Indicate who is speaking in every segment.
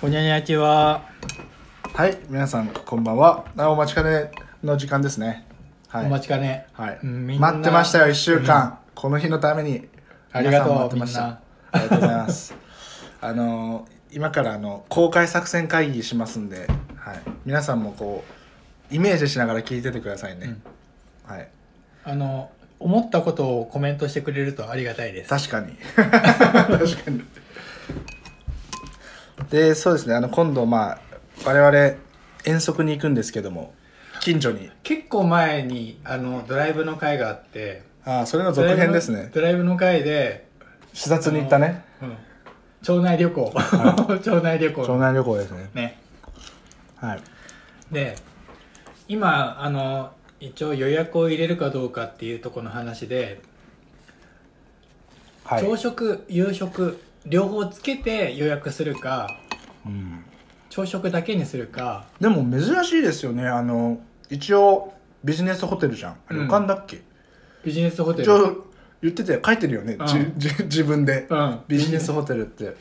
Speaker 1: ほにゃにゃきは
Speaker 2: はい、皆さんこんばんは。あお待ちかねの時間ですね。は
Speaker 1: お
Speaker 2: い。
Speaker 1: 待ちかね、
Speaker 2: はい、
Speaker 1: うんみんな
Speaker 2: 待ってましたよ、1週間。この日のために。
Speaker 1: ありがとう
Speaker 2: 皆さん待ってまし
Speaker 1: みん
Speaker 2: た
Speaker 1: な。
Speaker 2: ありがとうございます。 あのー今からあの公開作戦会議しますんで、はい、皆さんもこうイメージしながら聞いててくださいね、はい
Speaker 1: あの思ったことをコメントしてくれるとありがたいです
Speaker 2: 確かに 確かにでそうですねあの今度まあ我々遠足に行くんですけども近所に
Speaker 1: 結構前にあのドライブの会があって
Speaker 2: ああそれの続編ですね
Speaker 1: ドライブのドライブの会で、
Speaker 2: 視察に行ったね
Speaker 1: うん、町内旅行 町内旅
Speaker 2: 町
Speaker 1: 行
Speaker 2: 内旅行ですね
Speaker 1: ね
Speaker 2: はい
Speaker 1: で今あの一応予約を入れるかどうかっていうところの話で、
Speaker 2: はい
Speaker 1: 朝食夕食両方つけて予約するか
Speaker 2: うん
Speaker 1: 朝食だけにするか
Speaker 2: でも珍しいですよねあの一応ビジネスホテルじゃんあれ
Speaker 1: うん
Speaker 2: 旅館だっけ、
Speaker 1: ビジネスホテ
Speaker 2: 一
Speaker 1: ル
Speaker 2: 応言ってて書いてるよね、
Speaker 1: うん
Speaker 2: じじ自分で、
Speaker 1: うん
Speaker 2: ビジネスホテルって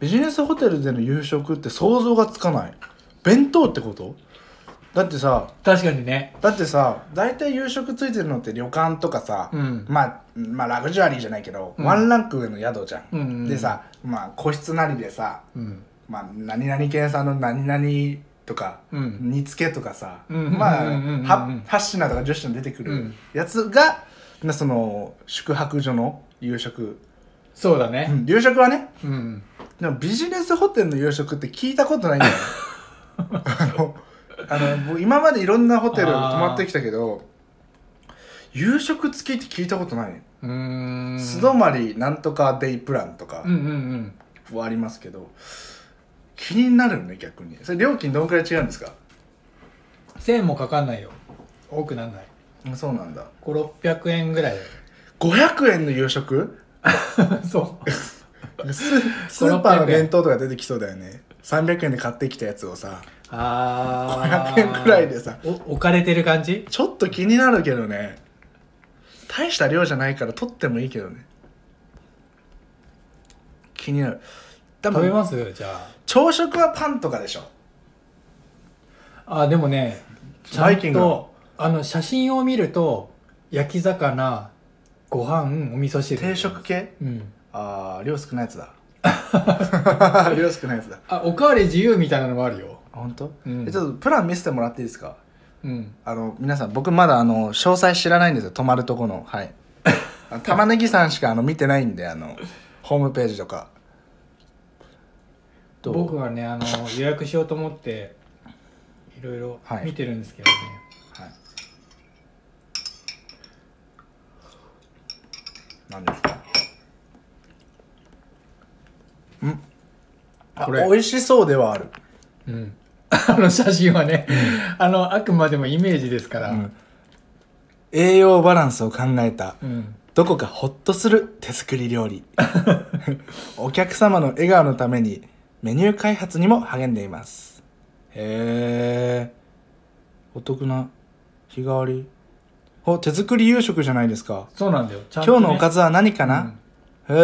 Speaker 2: ビジネスホテルでの夕食って想像がつかない弁当ってことだってさ
Speaker 1: 確かにね
Speaker 2: だってさ大体夕食ついてるのって旅館とかさ、
Speaker 1: うん
Speaker 2: まあまあラグジュアリーじゃないけど、
Speaker 1: うん
Speaker 2: ワンランク上の宿じゃん、
Speaker 1: うんうんうん
Speaker 2: でさまあ個室なりでさ
Speaker 1: うん
Speaker 2: まあ、何々県産の何々とか、
Speaker 1: うん
Speaker 2: 煮つけとかさ、
Speaker 1: うん
Speaker 2: まあ、
Speaker 1: うんうんうんうん
Speaker 2: は8品とか10品出てく
Speaker 1: う
Speaker 2: る
Speaker 1: ん
Speaker 2: やつが、なその宿泊所の夕食、
Speaker 1: そうだ
Speaker 2: う
Speaker 1: ね
Speaker 2: ん夕食はね
Speaker 1: うん
Speaker 2: でもビジネスホテルの夕食って聞いたことないん だよあのあの僕今までいろんなホテル泊まってきたけど夕食付きって聞いたことない、ね
Speaker 1: うーん
Speaker 2: 素泊まりなんとかデイプランとか、
Speaker 1: うんうんうん
Speaker 2: はありますけど気になるね逆にそれ料金どのくらい違うんですか
Speaker 1: 1000円もかかんないよ多くなんない
Speaker 2: そうなんだ
Speaker 1: 5600円ぐ らい
Speaker 2: 500円の夕 食
Speaker 1: そう
Speaker 2: ススーパーの弁当とか出てきそうだよね300円で買ってきたやつをさ
Speaker 1: あ
Speaker 2: 500円くらいでさ
Speaker 1: お置かれてる感じ
Speaker 2: ちょっと気になるけどね大した量じゃないから取ってもいいけどね気になる多
Speaker 1: 食べ
Speaker 2: 分
Speaker 1: ますじゃ
Speaker 2: 朝食はパンとかでしょ
Speaker 1: ああでもねちゃ
Speaker 2: バイ
Speaker 1: ん
Speaker 2: キングの
Speaker 1: とあの写真を見ると焼き魚ご飯お味噌汁
Speaker 2: 定食系
Speaker 1: うん
Speaker 2: ああ量少ないやつだ 量少ないやつだ
Speaker 1: あおかわり自由みたいなのもあるよ
Speaker 2: 本当、
Speaker 1: うん
Speaker 2: えちょっとプラン見せてもらっていいですか
Speaker 1: うん
Speaker 2: あの皆さん僕まだあの詳細知らないんですよ泊まるとこのはいあの玉ねぎさんしかあの見てないんであのホームページとかどう
Speaker 1: 僕はねあ の予約しようと思っていろいろ
Speaker 2: はい
Speaker 1: 見てるんですけどね、
Speaker 2: はい何ですかんあ
Speaker 1: これ
Speaker 2: 美味しそうではある、
Speaker 1: うん、 あの写真はね、あのあくまでもイメージですから、
Speaker 2: うん栄養バランスを考えた
Speaker 1: うん
Speaker 2: どこかほっとする手作り料 理お客様の笑顔のためにメニュー開発にも励んでいますへえお得な日替わりお手作り夕食じゃないですか、
Speaker 1: そうなんだよちゃん
Speaker 2: 今
Speaker 1: とね、
Speaker 2: 日のおかずは何かな、へ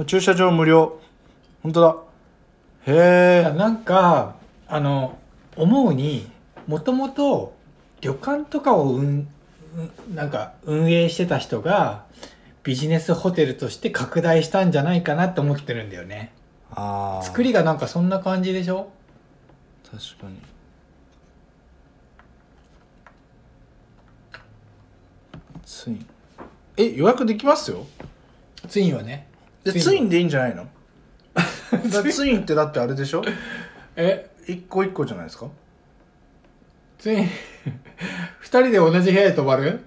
Speaker 2: え駐車場無料本当だ
Speaker 1: いや
Speaker 2: へえ
Speaker 1: なんかあの思うにもともと旅館とかを運うんなんか運営してた人がビジネスホテルとして拡大したんじゃないかなって思ってるんだよね
Speaker 2: あー
Speaker 1: 作りがなんかそんな感じでしょ
Speaker 2: 確かにツインえ予約できますよ
Speaker 1: ツインはね
Speaker 2: で
Speaker 1: ツイン
Speaker 2: ツインでいいんじゃ ないのだツインってだってあれでしょ
Speaker 1: え
Speaker 2: 一個一個じゃないですか
Speaker 1: ツイン 二人で同じ部屋で泊まる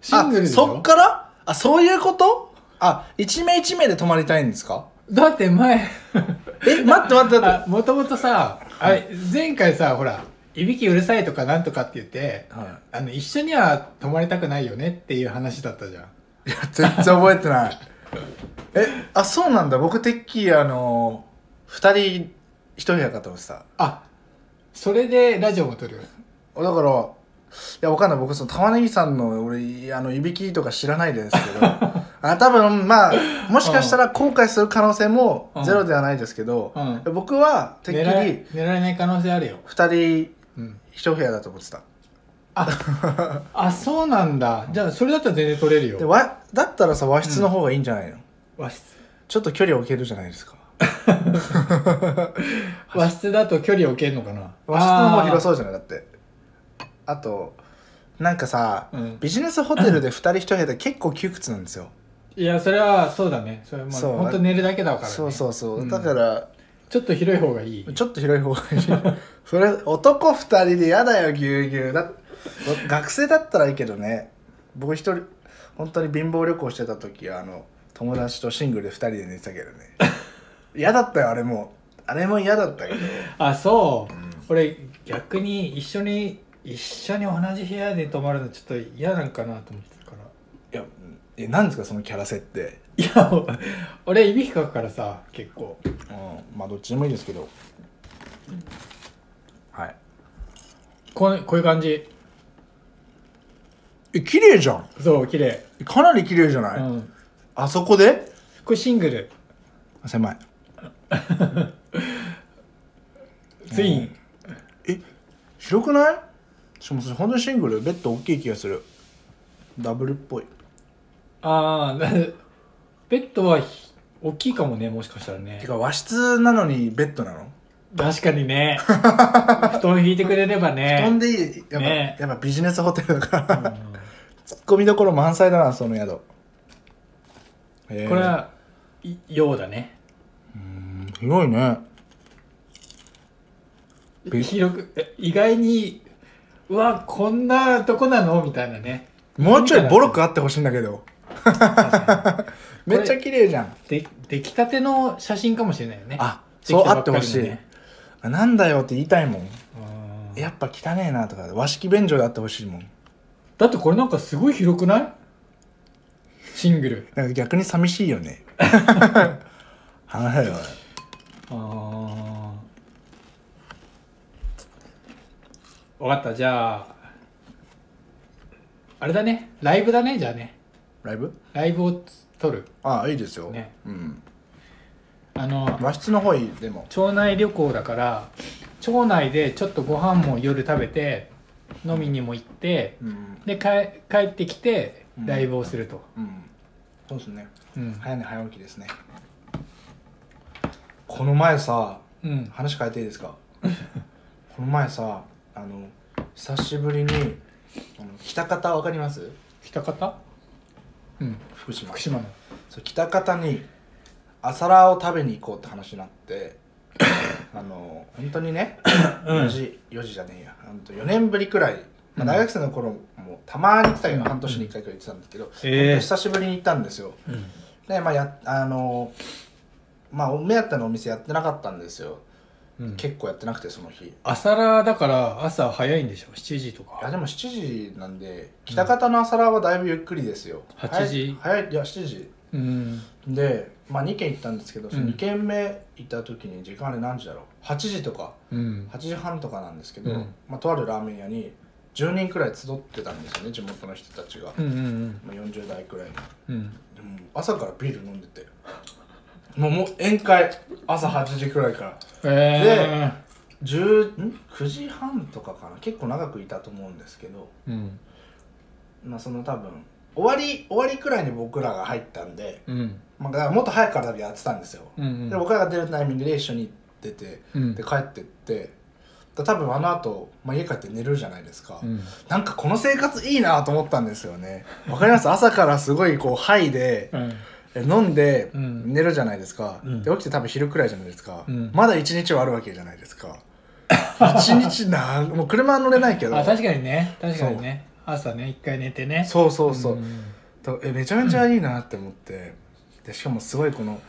Speaker 1: シングルでし
Speaker 2: あそっ
Speaker 1: ょ
Speaker 2: からあそういうことあ一名一名で泊まりたいんですか
Speaker 1: だって前
Speaker 2: え待って待って待っ
Speaker 1: あもともとさあれ前回さほらいびきうるさいとかなんとかって言って
Speaker 2: て、は
Speaker 1: あの一緒には泊まりたくないよねっていう話だったじゃん
Speaker 2: い、いや全然覚えてないえあそうなんだ僕てっきりあの二人一部屋かと思ってた
Speaker 1: あそれでラジオも撮る
Speaker 2: だからいやわかんない僕その玉ねぎさんの俺あのいびきとか知らないですけどああ多分まあもしかしたら後悔する可能性もゼロではないですけど、
Speaker 1: うん
Speaker 2: 僕はてっき
Speaker 1: 寝られ
Speaker 2: り
Speaker 1: 寝られない可能性あるよ、
Speaker 2: 2人
Speaker 1: うん、
Speaker 2: 一部屋だと思ってた
Speaker 1: あそうなんだじゃあそれだったら全然取れる
Speaker 2: で
Speaker 1: よ
Speaker 2: わだったらさ和室の方がいいんじゃないの、
Speaker 1: 和室
Speaker 2: ちょっと距離置けるじゃないですか
Speaker 1: 和室だと距離置けんのかな
Speaker 2: 和室の方広
Speaker 1: う
Speaker 2: そうじゃないだってあとなんかさ、
Speaker 1: うん
Speaker 2: ビジネスホテルで2人一部屋で結構窮屈なんですよ、
Speaker 1: いやそれはそうだねそれはまあ
Speaker 2: そう
Speaker 1: 本当寝るだけだから、ね、
Speaker 2: そうそうそう、
Speaker 1: うん
Speaker 2: だから
Speaker 1: ちょっと広い方がいい
Speaker 2: ちょっと広い方がいいそれ男2人で嫌だよぎゅうぎゅうだ学生だったらいいけどね僕一人本当に貧乏旅行してた時はあの友達とシングルで2人で寝てたけどね嫌だったよあれもあれも嫌だったけど
Speaker 1: あそう、俺逆に一緒に一緒に同じ部屋で泊まるのちょっと嫌なんかなと思ってたから
Speaker 2: いやえ何ですかそのキャラ設定
Speaker 1: いやお俺いびきかくからさ結構
Speaker 2: うんまあどっちでもいいですけどはい
Speaker 1: こうこういう感じ
Speaker 2: え綺麗じゃん
Speaker 1: そう綺麗
Speaker 2: かなり綺麗じゃない、
Speaker 1: うん
Speaker 2: あそこで
Speaker 1: これシングル
Speaker 2: 狭い
Speaker 1: ツイン、
Speaker 2: 広くないしかもそれ本当にシングルベッド大きい気がするダブルっぽい
Speaker 1: ああベッドはひ大きいかもねもしかしたらね
Speaker 2: てか和室なのにベッドなの
Speaker 1: 確かに ね布団引いてくれればね
Speaker 2: 飛んでいいやっぱ,、
Speaker 1: ね
Speaker 2: やっぱビジネスホテルだか
Speaker 1: う
Speaker 2: ら
Speaker 1: ん
Speaker 2: ツッコミどころ満載だなその宿えー
Speaker 1: これはい用だね
Speaker 2: うん広いねび
Speaker 1: 広くえ意外にうわこんなとこなのみたいなね
Speaker 2: もうちょいボロくあってほしいんだけどめっちゃ綺麗じゃん
Speaker 1: で出来たての写真かもしれないよね
Speaker 2: あ
Speaker 1: でき
Speaker 2: そう
Speaker 1: た
Speaker 2: あ
Speaker 1: ば
Speaker 2: っ
Speaker 1: ってかり
Speaker 2: ほ
Speaker 1: のね
Speaker 2: しい、あなんだよって言いたいもん
Speaker 1: うん
Speaker 2: やっぱ汚ねえなとか和式便所であってほしいもん
Speaker 1: だってこれなんかすごい広くないシングル
Speaker 2: なんか逆に寂しい よね話せよ
Speaker 1: あ分かったじゃああれだねライブだねじゃあね
Speaker 2: ライブ
Speaker 1: ライブを撮る
Speaker 2: ああいいですよ、
Speaker 1: ね
Speaker 2: うん、
Speaker 1: あの
Speaker 2: 和室の方いいでも
Speaker 1: 町内旅行だから町内でちょっとご飯も夜食べて飲みにも行って
Speaker 2: うん
Speaker 1: で帰帰ってきて
Speaker 2: うん
Speaker 1: ライブをすると、
Speaker 2: うんそうですね
Speaker 1: うん
Speaker 2: 早寝早起きですねこの前さ
Speaker 1: うん、
Speaker 2: 話変えていいですかこの前さあの久しぶりにあの北方わかります
Speaker 1: 北方うん
Speaker 2: 福島
Speaker 1: 福島の
Speaker 2: そう北方に朝ラーを食べに行こうって話になって あの本当にね
Speaker 1: うん
Speaker 2: 4時4時じゃねえやほんと4年ぶりくらい、
Speaker 1: う
Speaker 2: まあ、
Speaker 1: ん
Speaker 2: 大学生の頃もたまに行ってたけど、
Speaker 1: うん
Speaker 2: 半年に1回くらい行ってたんだけど、
Speaker 1: ええ
Speaker 2: 久しぶりに行ったんですよでまあやあのまあお目当てのお店やってなかったんですよ、
Speaker 1: うん
Speaker 2: 結構やってなくてその日い
Speaker 1: 朝ラーだから朝早いんでしょ7時と
Speaker 2: や
Speaker 1: か
Speaker 2: でも7時なんで北方の朝ラーはだいぶゆっくりですよ
Speaker 1: 8時
Speaker 2: 早い早いいや7時
Speaker 1: うん
Speaker 2: で、まあ、2軒行ったんですけど、その
Speaker 1: うん
Speaker 2: 2軒目行った時に時間あれ何時だろう8時とか
Speaker 1: うん
Speaker 2: 8時半とかなんですけど、
Speaker 1: うん
Speaker 2: まあ、とあるラーメン屋に10人くらい集ってたんですよね地元の人たちが、
Speaker 1: うんうん
Speaker 2: まあ、40代くらいで
Speaker 1: うんうん
Speaker 2: も朝からビール飲んでてもうもう宴会朝8時くらいから
Speaker 1: え
Speaker 2: 10ん9時半とかかな結構長くいたと思うんですけど、
Speaker 1: えうん
Speaker 2: まあ、その多分終わり終わりくらいに僕らが入ったんで、
Speaker 1: うん
Speaker 2: まあ、だからもっと早くからやってたんですよ
Speaker 1: うんうん
Speaker 2: で僕らが出るタイミングで一緒に出て
Speaker 1: うん
Speaker 2: で帰ってってで多分あの後、まあ家帰って寝るじゃないですか、
Speaker 1: うん
Speaker 2: なんかこの生活いいなと思ったんですよねわかります朝からすごいこうハイで
Speaker 1: うん
Speaker 2: え飲んで
Speaker 1: うん
Speaker 2: 寝るじゃないですか、
Speaker 1: うん
Speaker 2: で起きて多分昼くらいじゃないですか、
Speaker 1: うん
Speaker 2: まだ一日はあるわけじゃないですか一日なんもう車は乗れないけど
Speaker 1: あ確かにね確かにね朝ね一回寝てね
Speaker 2: そうそうそう、
Speaker 1: ん
Speaker 2: とえめちゃめちゃいいなって思って、でしかもすごいこの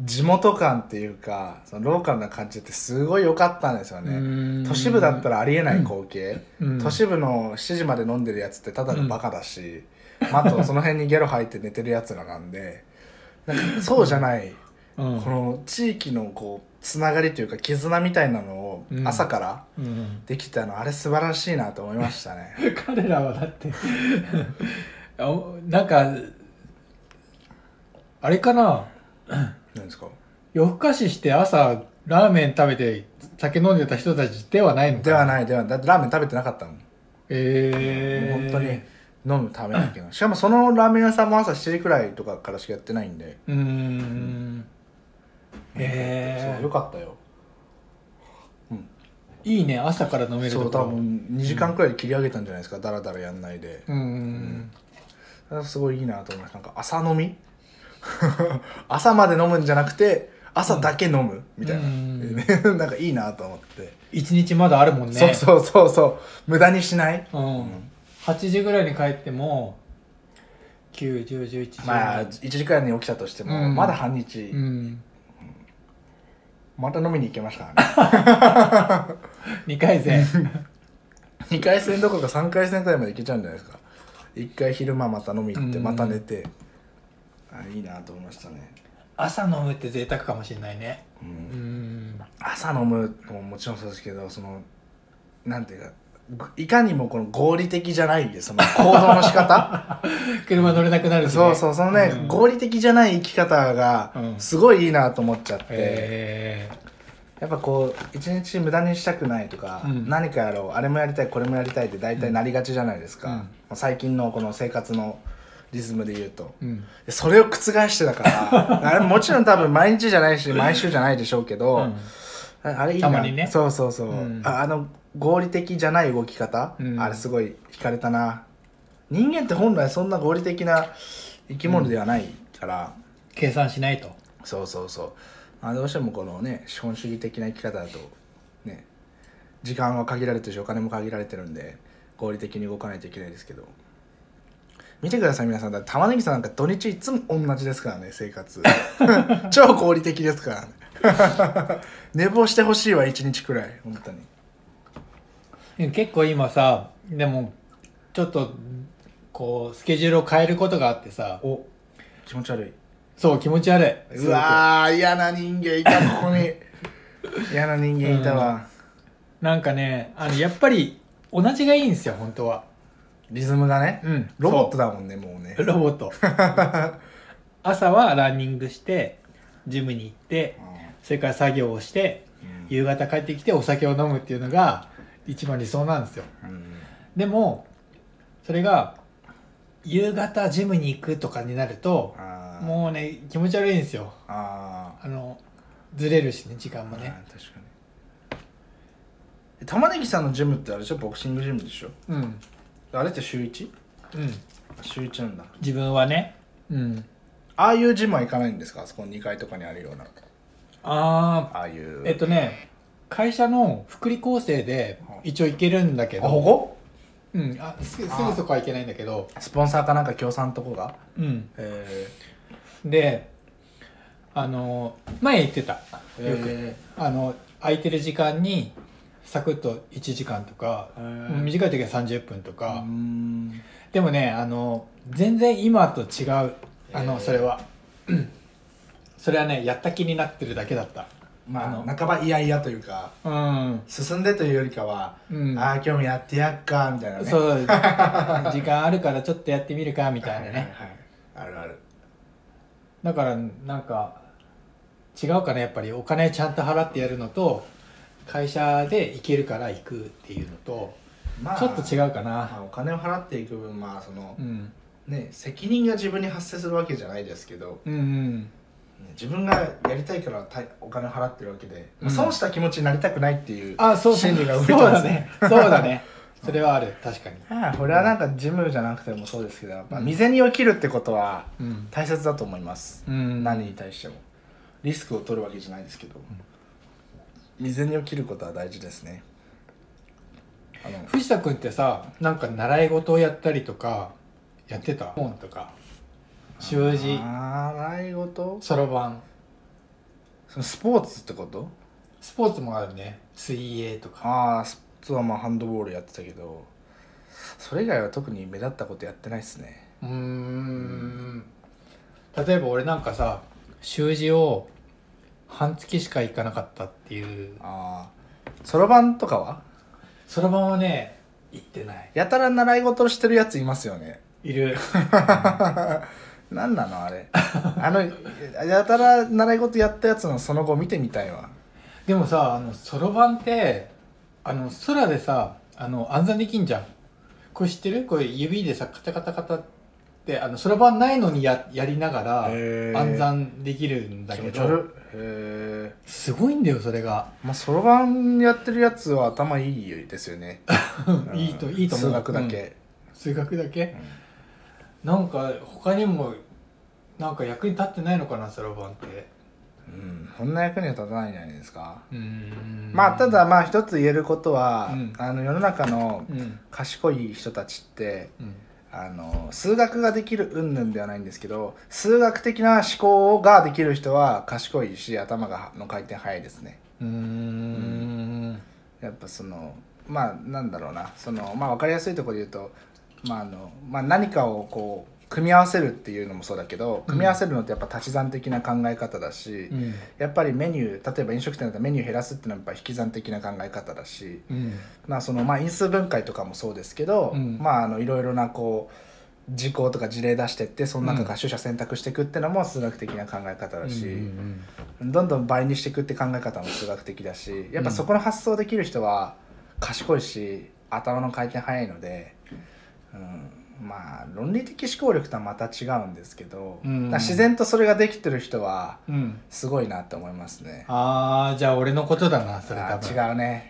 Speaker 2: 地元感っていうかそのローカルな感じってすごい良かったんですよね、
Speaker 1: うん
Speaker 2: 都市部だったらありえない光景、
Speaker 1: うん
Speaker 2: 都市部の7時まで飲んでるやつってただのバカだし、まああとその辺にゲロ吐いて寝てるやつらなんでなんかそうじゃない、
Speaker 1: うん
Speaker 2: この地域のこうつながりというか絆みたいなのを
Speaker 1: うん
Speaker 2: 朝から
Speaker 1: うん
Speaker 2: できたの、あれ素晴らしいなと思いまし たね
Speaker 1: 彼らはだってあおなんかあれかな
Speaker 2: 何ですか
Speaker 1: 夜更かしして朝ラーメン食べて酒飲んでた人たちではないのか
Speaker 2: ではいないではだってラーメン食べてなかったもん、
Speaker 1: え
Speaker 2: もう
Speaker 1: ー、
Speaker 2: 本当に飲むためだけなしかもそのラーメン屋さんも朝7時くらいとかからしかやってないんで
Speaker 1: うーん
Speaker 2: そ
Speaker 1: え
Speaker 2: うよかったよ
Speaker 1: ー、いいね朝から飲める
Speaker 2: そ
Speaker 1: と
Speaker 2: う
Speaker 1: こ
Speaker 2: 多分2時間くらいで切り上げたんじゃないですか、だらだらやんないで、
Speaker 1: うーん
Speaker 2: すごいいいなと思いますなんか朝飲み 朝まで飲むんじゃなくて朝だけ飲むみたいな、
Speaker 1: うん
Speaker 2: なんかいいなと思って、
Speaker 1: 一日まだあるもんね
Speaker 2: そうそうそうそう無駄にしない
Speaker 1: うん、
Speaker 2: ん
Speaker 1: 8時ぐらいに帰っても91011
Speaker 2: まあ1時間に起きたとしても、
Speaker 1: うん
Speaker 2: まだ半日、
Speaker 1: うん、
Speaker 2: また飲みに行けましたからね
Speaker 1: 2回戦
Speaker 2: 2回戦どころか3回戦くらいまで行けちゃうんじゃないですか1回昼間また飲み行って
Speaker 1: うん
Speaker 2: また寝て、あいいなと思いましたね、
Speaker 1: 朝飲むって贅沢かもしれないね
Speaker 2: う
Speaker 1: うんーん
Speaker 2: 朝飲むのももちろんそうですけどそのなんていうかぐいかにもこの合理的じゃないでその行動の 仕方
Speaker 1: 車乗れなくなるし、ね、
Speaker 2: そうそうそのね、
Speaker 1: うん
Speaker 2: 合理的じゃない生き方が
Speaker 1: うん
Speaker 2: すごいいいなと思っちゃって、
Speaker 1: え
Speaker 2: やっぱこう一日無駄にしたくないとか、
Speaker 1: うん
Speaker 2: 何かやろうあれもやりたいこれもやりたいって大体なりがちじゃないですか、
Speaker 1: うん
Speaker 2: もう最近のこの生活のリズムで言うと
Speaker 1: ーうん
Speaker 2: それを覆してたから あれもちろん多分毎日じゃないし毎週じゃないでしょうけど、ああれいいな
Speaker 1: たまにね
Speaker 2: そうそうそう、
Speaker 1: うん
Speaker 2: ああの合理的じゃない動き方、
Speaker 1: うん
Speaker 2: あれすごい惹かれたな人間って本来そんな合理的な生き物ではないから、
Speaker 1: 計算しないと
Speaker 2: そうそうそう、まあ、どうしてもこのね資本主義的な生き方だとね時間は限られてるしお金も限られてるんで合理的に動かないといけないですけど見てください皆さんだって玉ねぎさんなんか土日いつも同じですからね生 活超合理的ですからね 寝坊してほしいわ一日くらい本当に
Speaker 1: うん結構今さでもちょっとこうスケジュールを変えることがあってさ
Speaker 2: お気持ち悪い
Speaker 1: そう気持ち悪いう
Speaker 2: わー嫌な人間いたここに 嫌な人間いたわ、
Speaker 1: なんかねあのやっぱり同じがいいんですよ本当は
Speaker 2: リズムがね
Speaker 1: うん
Speaker 2: ロボットだもんねもうね
Speaker 1: そうロボッ ト朝はランニングしてジムに行ってそれから作業をして
Speaker 2: うん
Speaker 1: 夕方帰ってきてお酒を飲むっていうのが一番理想なんですよ
Speaker 2: うん
Speaker 1: でもそれが夕方ジムに行くとかになると
Speaker 2: あー
Speaker 1: もうね気持ち悪いんですよ
Speaker 2: あ
Speaker 1: あのずれるしね時間
Speaker 2: ー
Speaker 1: も
Speaker 2: あー
Speaker 1: ね
Speaker 2: 確かに玉ねぎさんのジムってあれでしょボクシングジムでしょ
Speaker 1: うん
Speaker 2: あれって週 1?
Speaker 1: うん
Speaker 2: 週1なんだ
Speaker 1: 自分はねうん
Speaker 2: ああいうジムは行かないんですかあそこ2階とかにあるような
Speaker 1: ああ
Speaker 2: ああいう
Speaker 1: えっとね会社の福利厚生で一応行けるんだけど
Speaker 2: あこ
Speaker 1: うんあすすぐ
Speaker 2: あー
Speaker 1: そこは行けないんだけど
Speaker 2: こスポンサーかなんか協賛とこが
Speaker 1: うん
Speaker 2: え
Speaker 1: であの前行ってたよく、
Speaker 2: ー、え
Speaker 1: あの空いてる時間にサクッと1時間とか、
Speaker 2: へー
Speaker 1: 短い時は30分と
Speaker 2: ー、うー
Speaker 1: か、
Speaker 2: ん
Speaker 1: でもねあの全然今と違うあの、
Speaker 2: へー
Speaker 1: それは うんそれはねやった気になってるだけだったあ
Speaker 2: ま
Speaker 1: の
Speaker 2: あ半ば嫌々というか
Speaker 1: うん、
Speaker 2: 進んでというよりかは、
Speaker 1: うん、
Speaker 2: ああ今日もやってやっかみたいなね
Speaker 1: そう 時間あるからちょっとやってみるかみたいな
Speaker 2: はい
Speaker 1: ね
Speaker 2: はいはい、あるある
Speaker 1: だからなんか違うかなやっぱりお金ちゃんと払ってやるのと会社で行けるから行くっていうのと
Speaker 2: まあ
Speaker 1: ちょっと違うか
Speaker 2: ま
Speaker 1: な
Speaker 2: あお金を払っていく分まあその、
Speaker 1: うん
Speaker 2: ね責任が自分に発生するわけじゃないですけど、
Speaker 1: うんうん
Speaker 2: ね自分がやりたいからたお金を払ってるわけで、まあ
Speaker 1: うん
Speaker 2: 損した気持ちになりたくないっていう
Speaker 1: あそうそう
Speaker 2: 心理が動いて
Speaker 1: そう
Speaker 2: ま
Speaker 1: だ
Speaker 2: すね
Speaker 1: ねそうだねそれはある確かに
Speaker 2: ああこれはなんかジムじゃなくてもそうですけどやっぱ
Speaker 1: うん
Speaker 2: 未然に起きるってことは
Speaker 1: うん、
Speaker 2: 大切だと思います、
Speaker 1: うん、
Speaker 2: 何に対してもリスクを取るわけじゃないですけど、未然に起きることは大事ですねあの
Speaker 1: 藤田君ってさなんか習い事をやったりとかやってた本とか習字
Speaker 2: 習い事
Speaker 1: そろばん
Speaker 2: そのスポーツってこと
Speaker 1: スポーツもあるね水泳とか
Speaker 2: ああスポーツはまあハンドボールやってたけどそれ以外は特に目立ったことやってないですね
Speaker 1: うーん例えば俺なんかさ習字を半月しか行かなかったっていう
Speaker 2: ああそろばんとかは
Speaker 1: そろばんはね行ってない
Speaker 2: やたら習い事してるやついますよね
Speaker 1: いる
Speaker 2: なんなの あれあのやたら習い事やったやつのその後見てみたいわ
Speaker 1: でもさあのそろばんってあの空でさあの暗算できんじゃんこれ知ってるこれ指でさカタカタカタってあのそろばんないのにややりながら
Speaker 2: へー
Speaker 1: 暗算できるんだ
Speaker 2: 気
Speaker 1: け
Speaker 2: 持ち悪
Speaker 1: ど
Speaker 2: っへえ
Speaker 1: すごいんだよそれが
Speaker 2: まあそろばんやってるやつは頭いいですよねう ん
Speaker 1: いいといいと思う
Speaker 2: 数学だけ、
Speaker 1: 数学だけ
Speaker 2: うん
Speaker 1: なんか他にもなんか役に立ってないのかなそろばんって
Speaker 2: うん、そんな役には立たないんじゃないですか、
Speaker 1: うーん
Speaker 2: まあただまあ一つ言えることは、
Speaker 1: うん
Speaker 2: あの世の中の
Speaker 1: うん
Speaker 2: 賢い人たちって
Speaker 1: うん
Speaker 2: あの数学ができる云々ではないんですけど数学的な思考ができる人は賢いし頭がの回転早いですね
Speaker 1: うーん
Speaker 2: やっぱそのまあなんだろうなそのまあ分かりやすいところで言うと、まああのまあ、何かをこう組み合わせるっていうのもそうだけど組み合わせるのってやっぱ足し算的な考え方だし、
Speaker 1: うん
Speaker 2: やっぱりメニュー例えば飲食店だったらメニュー減らすっていうのはやっぱ引き算的な考え方だし、
Speaker 1: うん
Speaker 2: まあそのまあ、因数分解とかもそうですけど、
Speaker 1: うん
Speaker 2: まあ、あのいろいろなこう事項とか事例出してってその中から取捨選択していくっていうのも数学的な考え方だし、
Speaker 1: うん
Speaker 2: どんどん倍にしていくって考え方も数学的だしやっぱそこの発想できる人は賢いし頭の回転早いので、うん、まあ論理的思考力とはまた違うんですけど、
Speaker 1: うん
Speaker 2: だから自然とそれができてる人は
Speaker 1: うんうん
Speaker 2: すごいなって思いますね。
Speaker 1: あーじゃあ俺のことだなそれ多
Speaker 2: あ
Speaker 1: 分
Speaker 2: ー違うね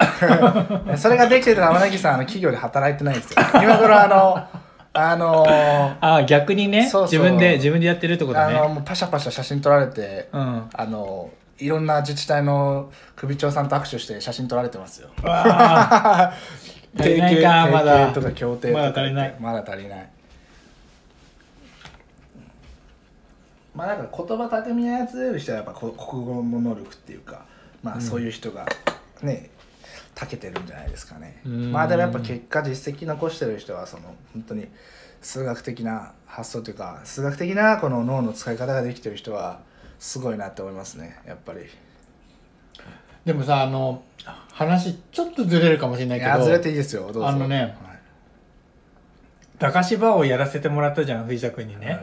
Speaker 2: それができてる天ぎさんあの企業で働いてないんですよ今頃あのあのー
Speaker 1: ああ逆にね
Speaker 2: そう
Speaker 1: 自
Speaker 2: そう
Speaker 1: 分で自分でやってるってこと
Speaker 2: あの
Speaker 1: ね
Speaker 2: もうパシャパシャ写真撮られて、
Speaker 1: うんわ
Speaker 2: あのいろんな自治体の首長さんと握手して写真撮られてますよ
Speaker 1: あ足りないか
Speaker 2: 提携
Speaker 1: まだ
Speaker 2: 提携とか協定とか
Speaker 1: まだ足りない
Speaker 2: まだ足りないまあだから言葉巧みなやつよりしてはやっぱこ国語の能力っていうかまあそういう人がね、長けてるんじゃないですかね
Speaker 1: うん
Speaker 2: まあでもやっぱ結果実績残してる人はその本当に数学的な発想というか数学的なこの脳の使い方ができてる人はすごいなって思いますねやっぱり
Speaker 1: でもさあの話ちょっとずれるかもしれない
Speaker 2: い
Speaker 1: け
Speaker 2: やずれて
Speaker 1: ど
Speaker 2: いいですよどうぞ
Speaker 1: あのね駄菓子バーをやらせてもらったじゃん藤田君に
Speaker 2: はい
Speaker 1: ね、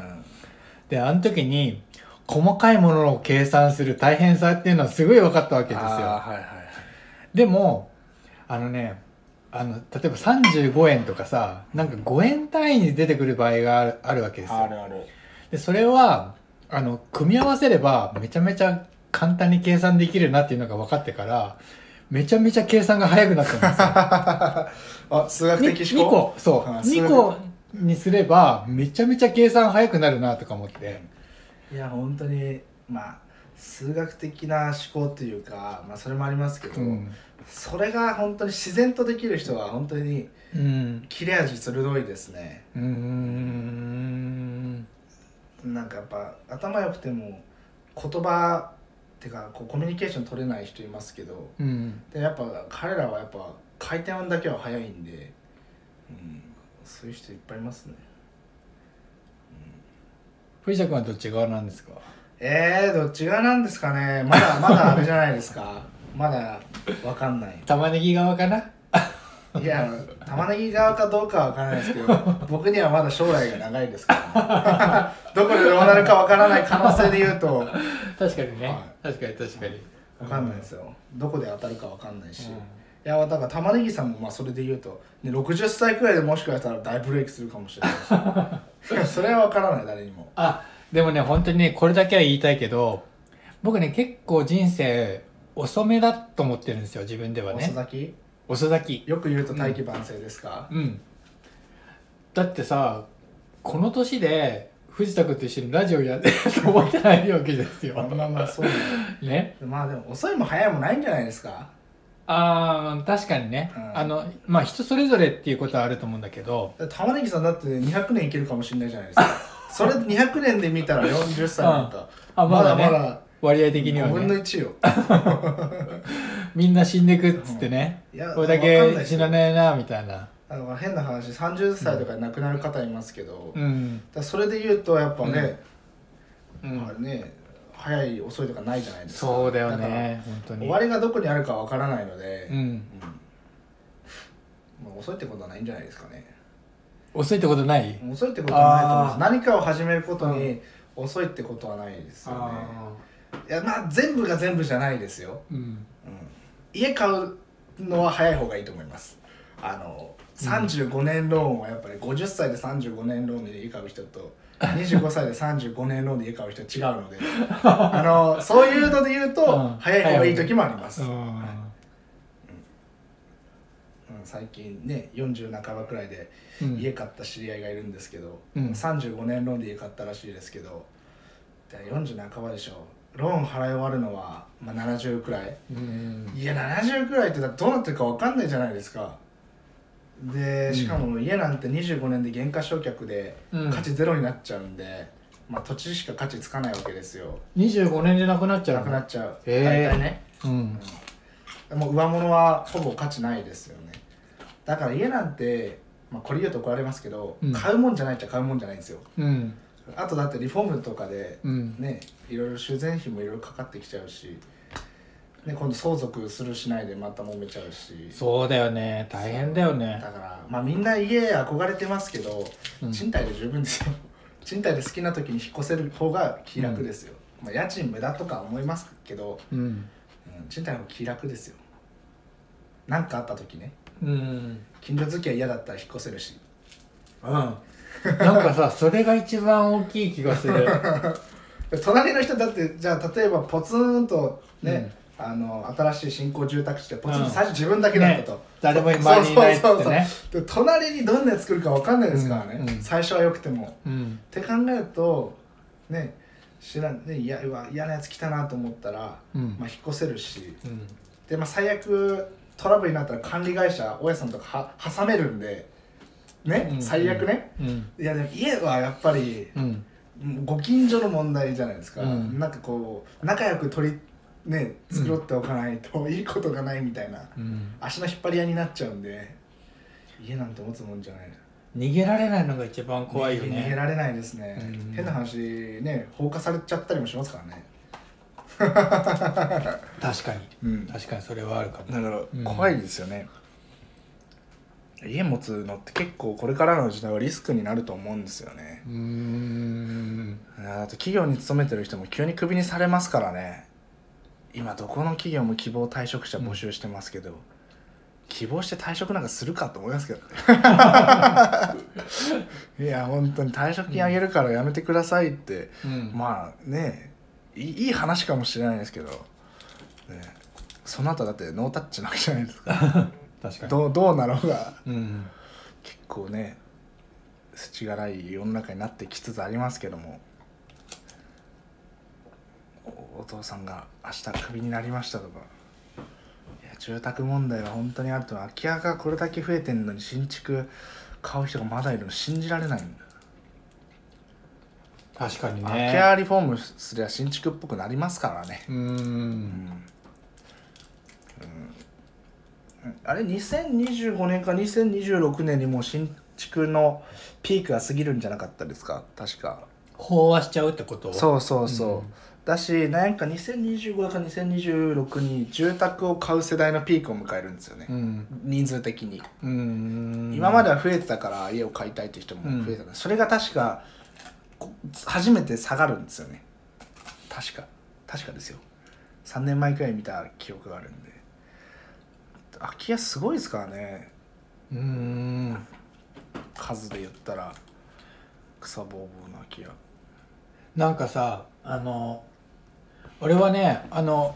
Speaker 1: であの時に細かいものを計算する大変さっていうのはすごい分かったわ
Speaker 2: う
Speaker 1: け
Speaker 2: ん
Speaker 1: です
Speaker 2: あ
Speaker 1: よ
Speaker 2: ーはいはいはい
Speaker 1: でもあのねあの例えば35円とかさなんか5円単位に出てくる場合があるあるわけですよ
Speaker 2: あるある
Speaker 1: でそれはあの組み合わせればめちゃめちゃ簡単に計算できるなっていうのが分かってからめちゃめちゃ計算が早くなったんですよ
Speaker 2: あ数学
Speaker 1: に
Speaker 2: 的思
Speaker 1: 2
Speaker 2: 考
Speaker 1: 個そう
Speaker 2: あ数学
Speaker 1: 2個にすればめちゃめちゃ計算早くなるなとか思って
Speaker 2: いや本当にまあ数学的な思考というか、まあ、それもありますけど、
Speaker 1: うん、
Speaker 2: それが本当に自然とできる人は本当に
Speaker 1: うん、
Speaker 2: 切れ味鋭いですね
Speaker 1: うーん
Speaker 2: なんかやっぱ頭良くても言葉ってかこうコミュニケーション取れない人いますけど
Speaker 1: うん
Speaker 2: でやっぱ彼らはやっぱ回転音だけは早いんで、うん、そういう人いっぱいいますね
Speaker 1: 藤田君はどっち側なんですか
Speaker 2: えー、どっちがなんですかねまだまだあれじゃないですかまだわかんない
Speaker 1: 玉ねぎ側かない
Speaker 2: や玉ねぎ側かどうかはわからないですけど僕にはまだ将来が長いですから、ね、どこでどうなるかわからない可能性で言うと
Speaker 1: 確かにね、
Speaker 2: は
Speaker 1: 確かに確かに
Speaker 2: わかんないですよどこで当たるかわかんないし、いやだから玉ねぎさんもまあそれで言うと、ね、60歳くらいでもしかしたら大ブレイクするかもしれないし いやそれはわからない誰にも
Speaker 1: あでもね本当にねこれだけは言いたいけど僕ね結構人生遅めだと思ってるんですよ自分ではね
Speaker 2: 遅咲
Speaker 1: 遅咲
Speaker 2: きよく言うと大器晩成ですか
Speaker 1: き、うんだってさこの年で藤田君と一緒にラジオやってると思ってないわけです
Speaker 2: まあ
Speaker 1: よ
Speaker 2: まあまあそうだね
Speaker 1: ね
Speaker 2: まあでも遅いも早いもないんじゃないですか
Speaker 1: あー確かにね、
Speaker 2: うん
Speaker 1: あのまあ人それぞれっていうことはあると思うんだけど
Speaker 2: だって玉ねぎさんだって200年いけるかもしれないじゃない ですかそれ200年で見たら40歳なんか、
Speaker 1: あ
Speaker 2: ま
Speaker 1: ま
Speaker 2: だ
Speaker 1: だね
Speaker 2: まだ
Speaker 1: 割合的には
Speaker 2: 5分の
Speaker 1: ね
Speaker 2: 1よ、
Speaker 1: みんな死んでくっつってね、
Speaker 2: いや
Speaker 1: これだ
Speaker 2: わかんない
Speaker 1: け
Speaker 2: です
Speaker 1: 死
Speaker 2: よ
Speaker 1: なないなみたいな
Speaker 2: あの変な話30歳とかで亡くなる方いますけど、
Speaker 1: う
Speaker 2: だか
Speaker 1: ん、
Speaker 2: らそれで言うとやっぱね、
Speaker 1: うん
Speaker 2: あれね早い遅いとかないじゃないですか
Speaker 1: そうだよ
Speaker 2: から
Speaker 1: ね本当に
Speaker 2: 終わりがどこにあるかわからないので、
Speaker 1: うん
Speaker 2: うんまあ、遅いってことはないんじゃないですかね
Speaker 1: 遅いってことない
Speaker 2: 遅いってことはないと思いま
Speaker 1: あ
Speaker 2: す
Speaker 1: ー
Speaker 2: 何かを始めることに遅いってことはないですよねいやまあ全部が全部じゃないですよ、
Speaker 1: うん
Speaker 2: うん、家買うのは早い方がいいと思いますあの35年ローンはやっぱり50歳で35年ローンで家買う人と25歳で35年ローンで家買う人は違うの であのそういうので言うと
Speaker 1: うん
Speaker 2: 早い方がいい時もあります、
Speaker 1: あ
Speaker 2: うん最近ね40半ばくらいで
Speaker 1: ーうん
Speaker 2: 家買った知り合いがいるんですけど、
Speaker 1: うん
Speaker 2: 35年ローンで家買ったらしいですけどで40半ばでしょローン払い終わるのは、まあ、70くらい
Speaker 1: うん
Speaker 2: いや70くらいってだどうなってるか分かんないじゃないですかでしかも家なんて25年で減価償却で
Speaker 1: うん
Speaker 2: 価値ゼロになっちゃうんで、まあ、土地しか価値つかないわけですよ
Speaker 1: 25年でなくなっちゃう
Speaker 2: なくなっちゃう
Speaker 1: へー
Speaker 2: 大体ね
Speaker 1: うん
Speaker 2: もう上物はほぼ価値ないですよねだから家なんて、まあ、これ言うと怒られますけど、
Speaker 1: うん
Speaker 2: 買うもんじゃないっちゃ買うもんじゃないんですよ
Speaker 1: うん
Speaker 2: あとだってリフォームとかで
Speaker 1: うん
Speaker 2: ねいろいろ修繕費もいろいろかかってきちゃうし、ね、今度相続するしないでまた揉めちゃうし
Speaker 1: そうだよね大変だよ
Speaker 2: だ
Speaker 1: ね
Speaker 2: からまあみんな家憧れてますけど、
Speaker 1: うん
Speaker 2: 賃貸で十分ですよ 賃貸で好きな時に引っ越せる方が気楽ですよ、まあ、家賃無駄とか思いますけど、
Speaker 1: うん
Speaker 2: うん、賃貸の方が気楽ですよ何かあった時ね
Speaker 1: うん
Speaker 2: 近所付き合い嫌だったら引っ越せるし
Speaker 1: うんなんかさそれが一番大きい気がす る
Speaker 2: 隣の人だってじゃあ例えばポツンとね、あの新しい新興住宅地でポツン
Speaker 1: うん
Speaker 2: と最初自分だけだったと、
Speaker 1: ね誰も周りにいないっつってね
Speaker 2: そうそうそうで隣にどんなやつ作るか分かんないですからね、
Speaker 1: うんうん
Speaker 2: 最初は良くてもっ
Speaker 1: うん
Speaker 2: て考えるとね知らんねいやうわ嫌なやつ来たなと思ったら、
Speaker 1: うん
Speaker 2: まあ、引っ越せるし
Speaker 1: うん
Speaker 2: で、まあ、最悪トラブルになったら管理会社大家さんとかは挟めるんでね、
Speaker 1: うん
Speaker 2: 最悪ね、
Speaker 1: うん
Speaker 2: いやでも家はやっぱり
Speaker 1: うん
Speaker 2: ご近所の問題じゃないですか、
Speaker 1: うん
Speaker 2: なんかこう仲良く取りね作ろっておかないと いいことがないみたいな、
Speaker 1: うん
Speaker 2: 足の引っ張り合いになっちゃうんで家なんて持つもんじゃない
Speaker 1: 逃げられないのが一番怖いよ
Speaker 2: 逃げ
Speaker 1: ね
Speaker 2: られないですね、
Speaker 1: うん
Speaker 2: 変な話ね放火されちゃったりもしますからね
Speaker 1: 確かに
Speaker 2: うん
Speaker 1: 確かにそれはあるかも
Speaker 2: だから
Speaker 1: うん
Speaker 2: 怖いですよね、家持つのって結構これからの時代はリスクになると思うんですよね
Speaker 1: うーん
Speaker 2: あと企業に勤めてる人も急にクビにされますからね今どこの企業も希望退職者募集してますけど、希望して退職なんかするかと思いますけどね いや本当に退職金あげるからやめてくださいって、
Speaker 1: うん
Speaker 2: まあねいいいい話かもしれないですけど、ね、その後だってノータッチなわけじゃないですか
Speaker 1: 確かに
Speaker 2: どうどうなろうが
Speaker 1: うん
Speaker 2: 結構ね世知辛い世の中になってきつつありますけどもおお父さんが明日クビになりましたとかいや住宅問題は本当にあると空き家がこれだけ増えてんのに新築買う人がまだいるの信じられないんだ、
Speaker 1: 確かに
Speaker 2: 空き
Speaker 1: ね
Speaker 2: 家リフォームすりゃ新築っぽくなりますからね
Speaker 1: うー
Speaker 2: うんん、うんあれ2025年か2026年にもう新築のピークが過ぎるんじゃなかったですか確か
Speaker 1: 飽和しちゃうってこと
Speaker 2: そうそうそう、
Speaker 1: うん
Speaker 2: だしなんか2025だか2026に住宅を買う世代のピークを迎えるんですよね、
Speaker 1: うん
Speaker 2: 人数的に、
Speaker 1: うーん
Speaker 2: 今までは増えてたから家を買いたいって人も増えたから、それが確かこ初めて下がるんですよね確か確かですよ3年前くらい見た記憶があるんで空き家すごいですからね
Speaker 1: うーん
Speaker 2: 数で言ったら草ぼうぼうの空き家
Speaker 1: なんかさあの俺はねあの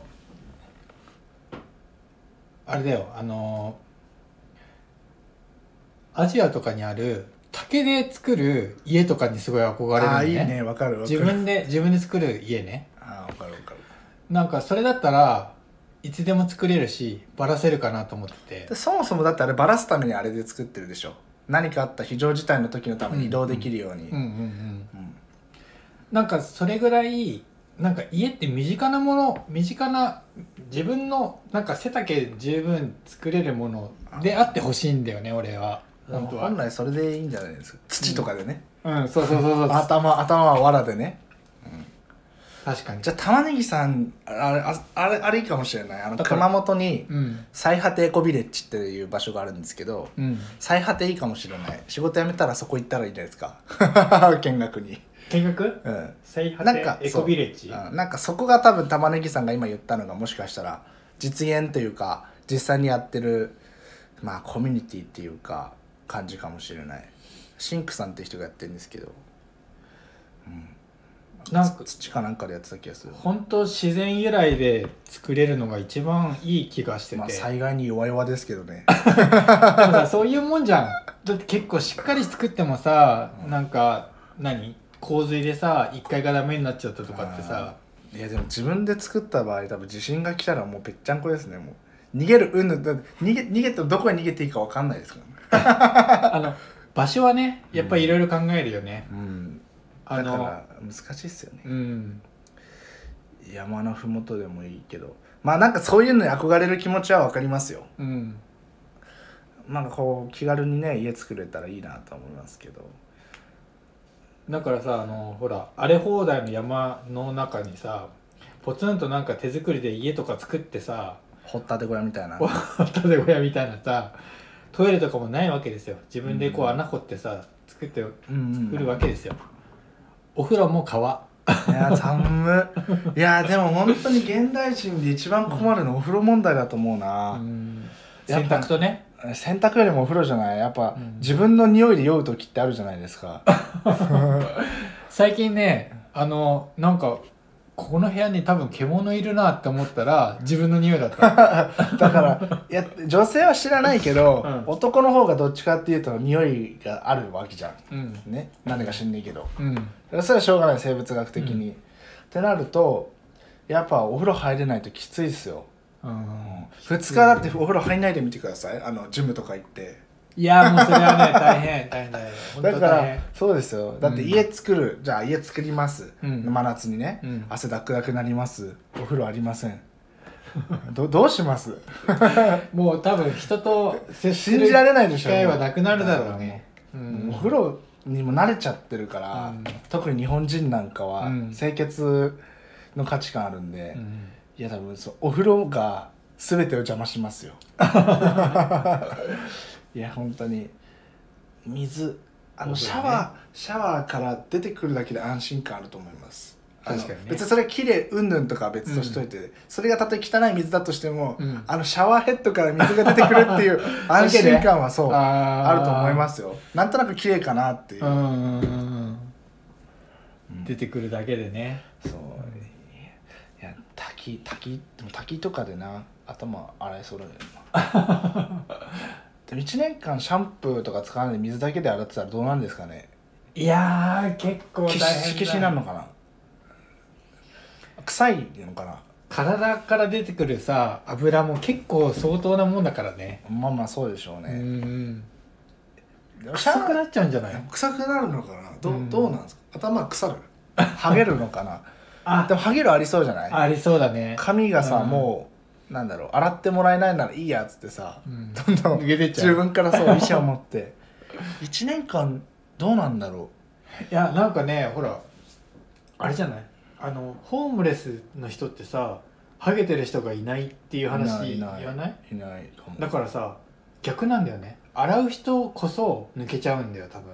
Speaker 1: あれだよあのアジアとかにある竹で作る家とかにすごい憧れる
Speaker 2: あ
Speaker 1: の
Speaker 2: あいい
Speaker 1: ね
Speaker 2: ねわかるわか
Speaker 1: 自
Speaker 2: る
Speaker 1: 分で自分で作る家ね
Speaker 2: ああわかるわかる
Speaker 1: なんかそれだったらいつでも作れるしバラせるかなと思ってて
Speaker 2: でそもそもだってあれバラすためにあれで作ってるでしょ何かあった非常事態の時のために移動できるように、
Speaker 1: うんうんうん
Speaker 2: うん
Speaker 1: なんかそれぐらいなんか家って身近なもの身近な自分のなんか背丈十分作れるものであってほしいんだよね俺は本当
Speaker 2: 本
Speaker 1: は
Speaker 2: 来それでいいんじゃないですか土とかでね、
Speaker 1: うんそうそうそうそう
Speaker 2: 頭頭は藁でね、
Speaker 1: 確かに
Speaker 2: じゃあ玉ねぎさんあれああれあれいいかもしれないあの
Speaker 1: だから
Speaker 2: 熊本に
Speaker 1: うん
Speaker 2: 最果てエコビレッジっていう場所があるんですけど
Speaker 1: うん
Speaker 2: 最果ていいかもしれない仕事辞めたらそこ行ったらいいじゃないですか 見学に、
Speaker 1: 見学
Speaker 2: うん、
Speaker 1: 最果
Speaker 2: なん
Speaker 1: て
Speaker 2: か
Speaker 1: エコビレッジ
Speaker 2: そううんなんかそこが多分玉ねぎさんが今言ったのがもしかしたら実現というか実際にやってるまあコミュニティっていうか感じかもしれないシンクさんって人がやってるんですけど、うん、
Speaker 1: なんか
Speaker 2: つ土かなんかでやってた気がする
Speaker 1: 本当自然由来で作れるのが一番いい気がしてて、
Speaker 2: まあ災害に弱々ですけどね
Speaker 1: でもさそういうもんじゃんだって結構しっかり作ってもさなんか何洪水でさ1階がダメになっちゃ ったとかってさ
Speaker 2: いやでも自分で作った場合多分地震が来たらもうぺっちゃんこですねもう逃げるうんぬんだって逃げ逃げてもどこに逃げていいか分かんないですからね
Speaker 1: あの場所はねやっぱりいろいろ考えるよね、
Speaker 2: うん
Speaker 1: あ
Speaker 2: だか
Speaker 1: の
Speaker 2: ら難しいっすよね
Speaker 1: うん
Speaker 2: 山のふもとでもいいけどまあなんかそういうのに憧れる気持ちは分かりますよ
Speaker 1: うん
Speaker 2: なんかこう気軽にね家作れたらいいなと思いますけど
Speaker 1: だからさあのほら荒れ放題の山の中にさポツンとなんか手作りで家とか作ってさ
Speaker 2: 掘ったて小屋みたいな
Speaker 1: わたで小屋みたいなさトイレとかもないわけですよ自分でこう穴掘ってさ作って
Speaker 2: うんうん
Speaker 1: 売るわけですよお風呂も川
Speaker 2: いや寒いいやでも本当に現代人で一番困るのお風呂問題だと思う
Speaker 1: う
Speaker 2: な、
Speaker 1: ん
Speaker 2: や
Speaker 1: 洗
Speaker 2: っぱ
Speaker 1: 濯とね
Speaker 2: 洗濯よりもお風呂じゃないやっぱ、
Speaker 1: うん
Speaker 2: 自分の匂いで酔う時ってあるじゃないで すか
Speaker 1: 最近ねあのなんかここの部屋に多分獣いるなって思ったら自分の匂いだった
Speaker 2: だからいや女性は知らないけど、
Speaker 1: うん
Speaker 2: 男の方がどっちかっていうと匂いがあるわけじゃ
Speaker 1: うん
Speaker 2: んね何でか知んないけど
Speaker 1: うん
Speaker 2: それはしょうがない生物学的に、ってなるとやっぱお風呂入れないときついっすよ
Speaker 1: うん
Speaker 2: 2日だってお風呂入んないでみてくださいあのジムとか行って
Speaker 1: いやもうそれはね大変大変大変本
Speaker 2: だ
Speaker 1: 当
Speaker 2: か
Speaker 1: 大
Speaker 2: ら
Speaker 1: 変
Speaker 2: そうですよだって家作る、じゃあ家作ります、
Speaker 1: うん
Speaker 2: 真夏にね、
Speaker 1: うん
Speaker 2: 汗だくだくなりますお風呂ありませんどどうします
Speaker 1: もう多分人と接す
Speaker 2: 信
Speaker 1: る
Speaker 2: じられないで
Speaker 1: 機
Speaker 2: しょ
Speaker 1: 会はなくなるだろうねう
Speaker 2: もうお風呂にも慣れちゃってるから、
Speaker 1: うん
Speaker 2: 特に日本人なんかは
Speaker 1: うん
Speaker 2: 清潔の価値観あるんで、
Speaker 1: うん
Speaker 2: いや多分そうお風呂が全てを邪魔しま すよいや本当に水あの
Speaker 1: お
Speaker 2: シ
Speaker 1: 風呂ね
Speaker 2: ャワー、シャワーから出てくるだけで安心感あると思いますあの
Speaker 1: 確かにね
Speaker 2: 別にそれ綺麗うんぬんとかは別としといて、それがたとえ汚い水だとしても、
Speaker 1: うん
Speaker 2: あのシャワーヘッドから水が出てくるっ ていう安心感はそうあ
Speaker 1: あー
Speaker 2: ると思いますよなんとなく綺麗かなっていう、
Speaker 1: うんうんうんうん出てくるだけでね
Speaker 2: そういや滝滝でも滝とかでな頭洗いそうだよなでも1年間シャンプーとか使わないで水だけで洗ってたらどうなんですかね
Speaker 1: いやー結構大
Speaker 2: キ
Speaker 1: 変
Speaker 2: シ
Speaker 1: だ
Speaker 2: キシになるのかな臭いのかな
Speaker 1: 体から出てくるさ油も結構相当なもんだからね
Speaker 2: まあまあそうでしょう
Speaker 1: う
Speaker 2: ね、
Speaker 1: ん
Speaker 2: でもシャ
Speaker 1: 臭
Speaker 2: ン
Speaker 1: くなっちゃうんじゃない
Speaker 2: 臭くなるのかなど,、う
Speaker 1: うん
Speaker 2: どうなんですか頭腐るハゲるのかな
Speaker 1: あ
Speaker 2: でもハゲるありそうじゃない
Speaker 1: ありそうだね
Speaker 2: 髪がさ、
Speaker 1: うん
Speaker 2: もうなんだろう洗ってもらえないならいいやっつってさ、
Speaker 1: うん
Speaker 2: どんどん
Speaker 1: 抜けてっちゃう
Speaker 2: 自分からそう意思を持って 1年間どうなんだろ
Speaker 1: いやなんかねほらあれじゃないあのホームレスの人ってさハゲてる人がいないっていうう話
Speaker 2: い
Speaker 1: 言
Speaker 2: な
Speaker 1: わないい
Speaker 2: いないいないかも
Speaker 1: だからさ逆なんだよね洗う人こそ抜けちゃうんだよ多分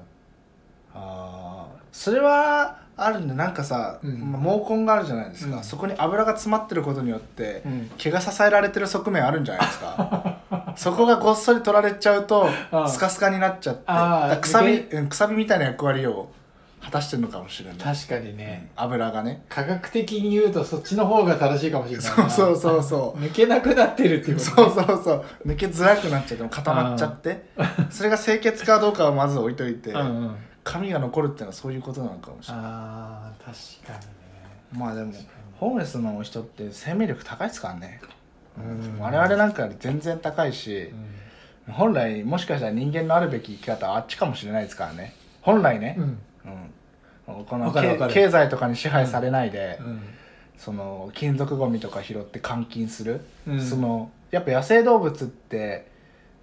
Speaker 2: あーそれはあるんでなんかさ、
Speaker 1: うん
Speaker 2: まあ毛根があるじゃないですか、
Speaker 1: うん
Speaker 2: そこに油が詰まってることによって、
Speaker 1: うん
Speaker 2: 毛が支えられてる側面あるんじゃないですか そこがごっそり取られちゃうと
Speaker 1: うん
Speaker 2: スカスカになっちゃってだ
Speaker 1: あー
Speaker 2: からくさび
Speaker 1: 抜
Speaker 2: うんくさびみたいな役割を果たしてるのかもしれない
Speaker 1: 確かにね、
Speaker 2: 油がね
Speaker 1: 科学的に言うとそっちの方が正しいかもしれない
Speaker 2: そう
Speaker 1: な
Speaker 2: そうそうそう
Speaker 1: 抜けなくなってるっていうこと
Speaker 2: そうそうそう抜けづらくなっちゃっても固まっちゃってそれが清潔かどうかはまず置いといて
Speaker 1: うんうん、
Speaker 2: 髪が残るっていうのはそういうことなのかもしれない
Speaker 1: あー確か
Speaker 2: まあでもホームレスの人って生命力高いですからね
Speaker 1: にね、うん、
Speaker 2: 我々なんかより全然高いし本来もしかしたら人間のあるべき生き方はあっちかもしれないですからね本来ね
Speaker 1: うん、うん
Speaker 2: うんこの
Speaker 1: わかるわか
Speaker 2: け
Speaker 1: る
Speaker 2: 経済とかに支配されないで、
Speaker 1: うん
Speaker 2: その金属ゴミとか拾って換金する、
Speaker 1: うん
Speaker 2: そのやっぱ野生動物って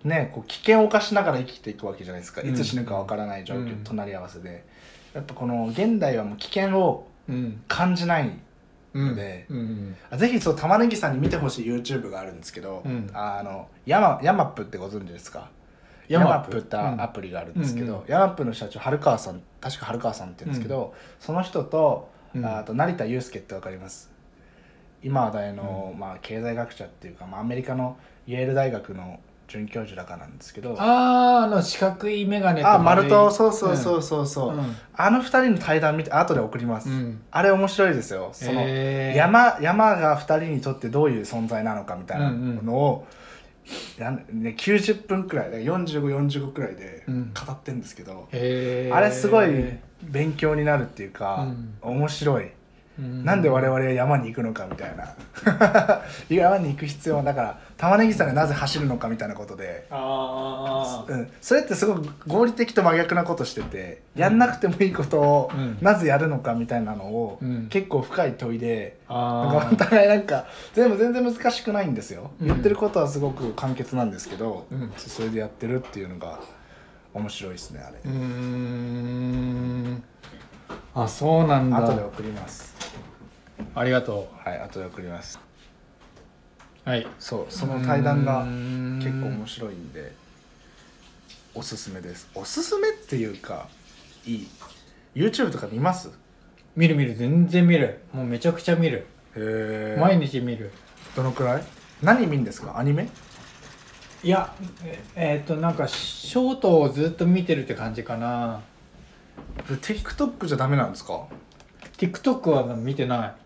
Speaker 2: ねこう危険を冒しながら生きていくわけじゃないですか、
Speaker 1: うん
Speaker 2: いつ死ぬかわからない状況、
Speaker 1: うん
Speaker 2: 隣り合わせでやっぱこの現代はもう危険を
Speaker 1: うん
Speaker 2: 感じない
Speaker 1: うん
Speaker 2: で
Speaker 1: うん
Speaker 2: あぜひそう玉ねぎさんに見てほしい YouTube があるんですけど、
Speaker 1: うん
Speaker 2: あのヤマヤマップってご存知ですかヤ
Speaker 1: ヤ
Speaker 2: マ
Speaker 1: マ
Speaker 2: ッ
Speaker 1: ッ
Speaker 2: プ
Speaker 1: プ
Speaker 2: ってアプリがあるんですけど、
Speaker 1: うんう
Speaker 2: ヤマップの社長春川さん確か春川さんって言うんですけど、その人と
Speaker 1: うん
Speaker 2: ああと成田悠輔ってわかります今話題の、まあ、経済学者っていうか、まあ、アメリカのイェール大学の准教授だかなんですけど
Speaker 1: あ
Speaker 2: あ
Speaker 1: ーあの四角い眼鏡
Speaker 2: あ丸とそうそうそうそうそう、
Speaker 1: うん
Speaker 2: あの二人の対談見て後で送ります、
Speaker 1: うん
Speaker 2: あれ面白いですよその、
Speaker 1: へー
Speaker 2: 山山が二人にとってどういう存在なのかみたいな
Speaker 1: うんうん
Speaker 2: のを、やんね、90分くらい4545くらいで
Speaker 1: うん
Speaker 2: 語ってるんですけど、
Speaker 1: へー
Speaker 2: あれすごい勉強になるっていうか、面白い。
Speaker 1: うん
Speaker 2: なんで我々は山に行くのかみたいな 山に行く必要はだから玉ねぎさんがなぜ走るのかみたいなことで、
Speaker 1: あ
Speaker 2: うん、それってすごく合理的と真逆なことしててやんなくてもいいことを
Speaker 1: うん
Speaker 2: なぜやるのかみたいなのを、
Speaker 1: うん
Speaker 2: 結構深い問いで、
Speaker 1: ーあ
Speaker 2: なんかお
Speaker 1: ー
Speaker 2: 互いなんか全部全然難しくないんですよ、
Speaker 1: うん
Speaker 2: 言ってることはすごく簡潔なんですけど、
Speaker 1: うん
Speaker 2: それでやってるっていうのが面白いですねあれ
Speaker 1: うー、んあそうなん
Speaker 2: 後で
Speaker 1: だ
Speaker 2: 送ります
Speaker 1: ありがと
Speaker 2: はい後で送ります
Speaker 1: うはい
Speaker 2: そうその対談が、
Speaker 1: 結
Speaker 2: 結構面白いんでおすすめですおすすめっていうかいい YouTube とか見ます
Speaker 1: 見る見る全然見るもうめちゃくちゃ見る
Speaker 2: へ
Speaker 1: 毎日見る
Speaker 2: どのくらい何見んですかアニメ
Speaker 1: いやええーっとなんかショートをずっと見てるって感じかな
Speaker 2: TikTok じゃダメなんですか
Speaker 1: TikTok は見てな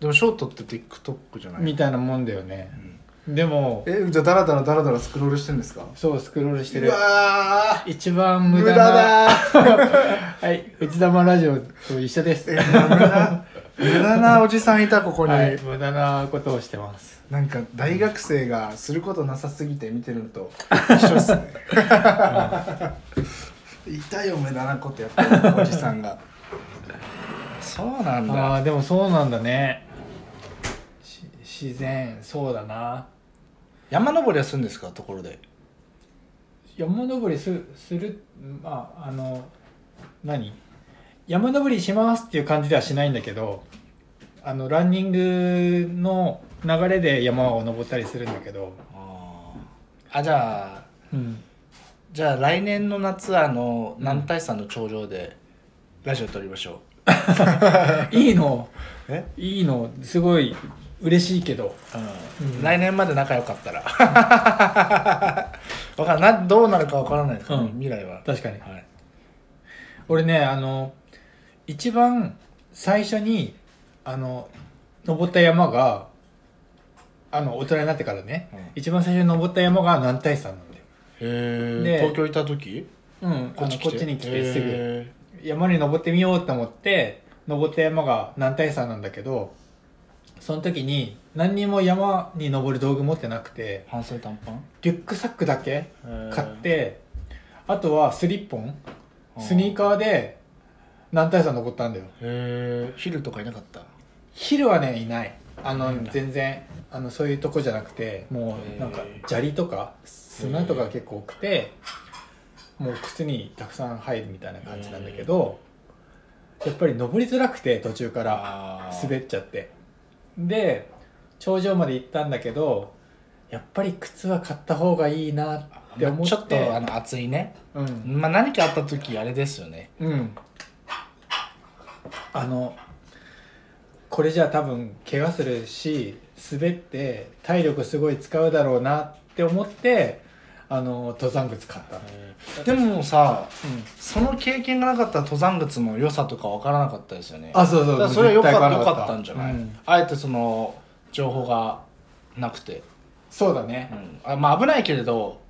Speaker 2: でもショートって TikTok じゃない
Speaker 1: いみたいなもんだよね
Speaker 2: ん、
Speaker 1: でも
Speaker 2: えじゃあダラダラダラダラスクロールしてんですか
Speaker 1: そうスクロールして
Speaker 2: う
Speaker 1: る
Speaker 2: わー
Speaker 1: 一番無
Speaker 2: 無
Speaker 1: 駄
Speaker 2: 駄
Speaker 1: な
Speaker 2: だ ー
Speaker 1: はい内玉ラジオと一緒です
Speaker 2: え無駄無駄なおじさんいたここに、
Speaker 1: はい無駄なことをしてます
Speaker 2: なんか大学生がすることなさすぎて見てるのと一緒っすねいたよ無駄なことやってるおじさんがそうなん
Speaker 1: あ
Speaker 2: だ
Speaker 1: あでもそうなんだねし自然そうだな
Speaker 2: 山登りはするんですかところで
Speaker 1: 山登りすするまああの何山登りしますっていう感じではしないんだけどあのランニングの流れで山を登ったりするんだけど、
Speaker 2: ああじゃあ
Speaker 1: うん、
Speaker 2: じゃあ来年の夏あの
Speaker 1: うん
Speaker 2: 南大山の頂上でラジオ撮りましょ
Speaker 1: いいの
Speaker 2: うえ
Speaker 1: いいのすごい嬉しいけど
Speaker 2: うん
Speaker 1: うん
Speaker 2: 来年まで仲良かったら わかんないどうなるかわからないですからね、
Speaker 1: うん
Speaker 2: 未来は
Speaker 1: 確かに
Speaker 2: はい
Speaker 1: 俺ねあの一番最初にあの登った山があの大人になってからね、
Speaker 2: うん
Speaker 1: 一番最初に登った山が南大山なんだよ
Speaker 2: へえ
Speaker 1: で
Speaker 2: 東京いた時
Speaker 1: うん、こっちこっちに来てすぐ
Speaker 2: へ
Speaker 1: 山に登ってみようと思って登った山が南大山なんだけどその時に何にも山に登る道具持ってなくて
Speaker 2: ー半袖短パン
Speaker 1: リュックサックだけ買っ
Speaker 2: へ
Speaker 1: てあとはスリッポン
Speaker 2: うん
Speaker 1: スニーカーで南大山登ったんだよ
Speaker 2: え昼とかいなかった
Speaker 1: 昼はねいないあの
Speaker 2: うん
Speaker 1: 全然あのそういうとこじゃなくてもうなんか
Speaker 2: へー
Speaker 1: 砂利とか砂とか結構多くてもう靴にたくさん入るみたいな感じなんだけどやっぱり登りづらくて途中から
Speaker 2: あー
Speaker 1: 滑っちゃってで頂上まで行ったんだけどやっぱり靴は買った方がいいなって
Speaker 2: ま
Speaker 1: 思っ
Speaker 2: あ
Speaker 1: て
Speaker 2: ちょっとあの暑いね
Speaker 1: うん
Speaker 2: まあ何かあった時あれですよね
Speaker 1: うんあのこれじゃ多分怪我するし滑って体力すごい使うだろうなって思ってあの登山靴買ったの、
Speaker 2: でもさ
Speaker 1: うん、
Speaker 2: その経験がなかったら登山靴の良さとか分からなかったですよね
Speaker 1: あそうそ
Speaker 2: だ
Speaker 1: う
Speaker 2: からそれは良かっ
Speaker 1: 絶
Speaker 2: た
Speaker 1: 対買わ
Speaker 2: 良
Speaker 1: な
Speaker 2: かったんじゃない、
Speaker 1: うん
Speaker 2: あえてその情報がなくて、
Speaker 1: そうだね
Speaker 2: うんあまあ危ないけれど、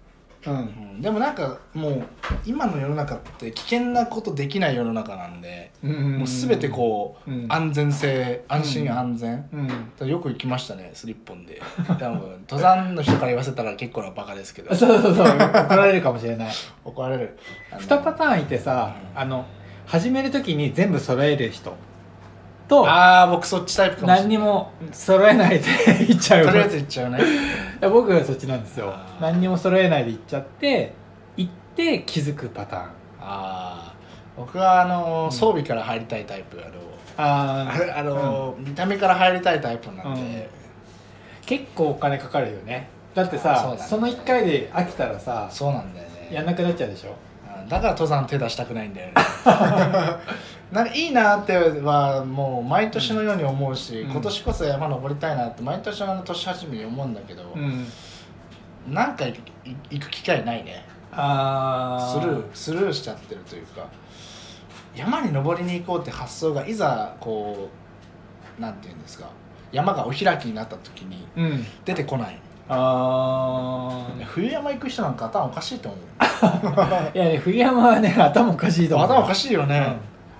Speaker 1: うん、
Speaker 2: うんでもなんかもう今の世の中って危険なことできない世の中なんで、
Speaker 1: うんうん
Speaker 2: もう全てこう、
Speaker 1: うん
Speaker 2: 安全性安心
Speaker 1: うん
Speaker 2: 安全、
Speaker 1: うん、うん、
Speaker 2: だからよく行きましたねスリッポンで多分登山の人から言わせたら結構なバカですけど
Speaker 1: そうそうそう怒られるかもしれない
Speaker 2: 怒られるあの
Speaker 1: 2パターンいてさあの始める時に全部揃える人と
Speaker 2: ああ僕そっちタイプかもしれない
Speaker 1: 何にも揃えないで行っちゃう
Speaker 2: とりあえず行っちゃうね
Speaker 1: いや僕はそっちなんですよ
Speaker 2: あー
Speaker 1: 何にも揃えないで行っちゃって行って気づくパターン
Speaker 2: ああ僕はあの
Speaker 1: ん
Speaker 2: 装備から入りたいタイプあの
Speaker 1: あ
Speaker 2: あ
Speaker 1: ー
Speaker 2: あのー、見た目から入りたいタイプなんで、
Speaker 1: 結構お金かかるよねだってさ
Speaker 2: そう
Speaker 1: そ,、
Speaker 2: だね
Speaker 1: の1回で飽きたらさ
Speaker 2: そうなんだよね
Speaker 1: やんなくなっちゃうでしょ
Speaker 2: うんだから登山手出したくな いんだよねなんかいいなってはもう毎年のように思うし、
Speaker 1: うん
Speaker 2: 今年こそ山登りたいなって毎年あの年始めに思うんだけど、
Speaker 1: ん
Speaker 2: なんかいい行く機会ないね
Speaker 1: あ
Speaker 2: スルースルーしちゃってるというか山に登りに行こうって発想がいざこうなんていうんですか山がお開きになった時に
Speaker 1: ーうん
Speaker 2: 出てこない
Speaker 1: あー
Speaker 2: 冬山行く人なんか頭おかしいと 思う
Speaker 1: いやね冬山はね頭おかしいと思う
Speaker 2: 頭おか
Speaker 1: し
Speaker 2: しいよ
Speaker 1: い
Speaker 2: ね、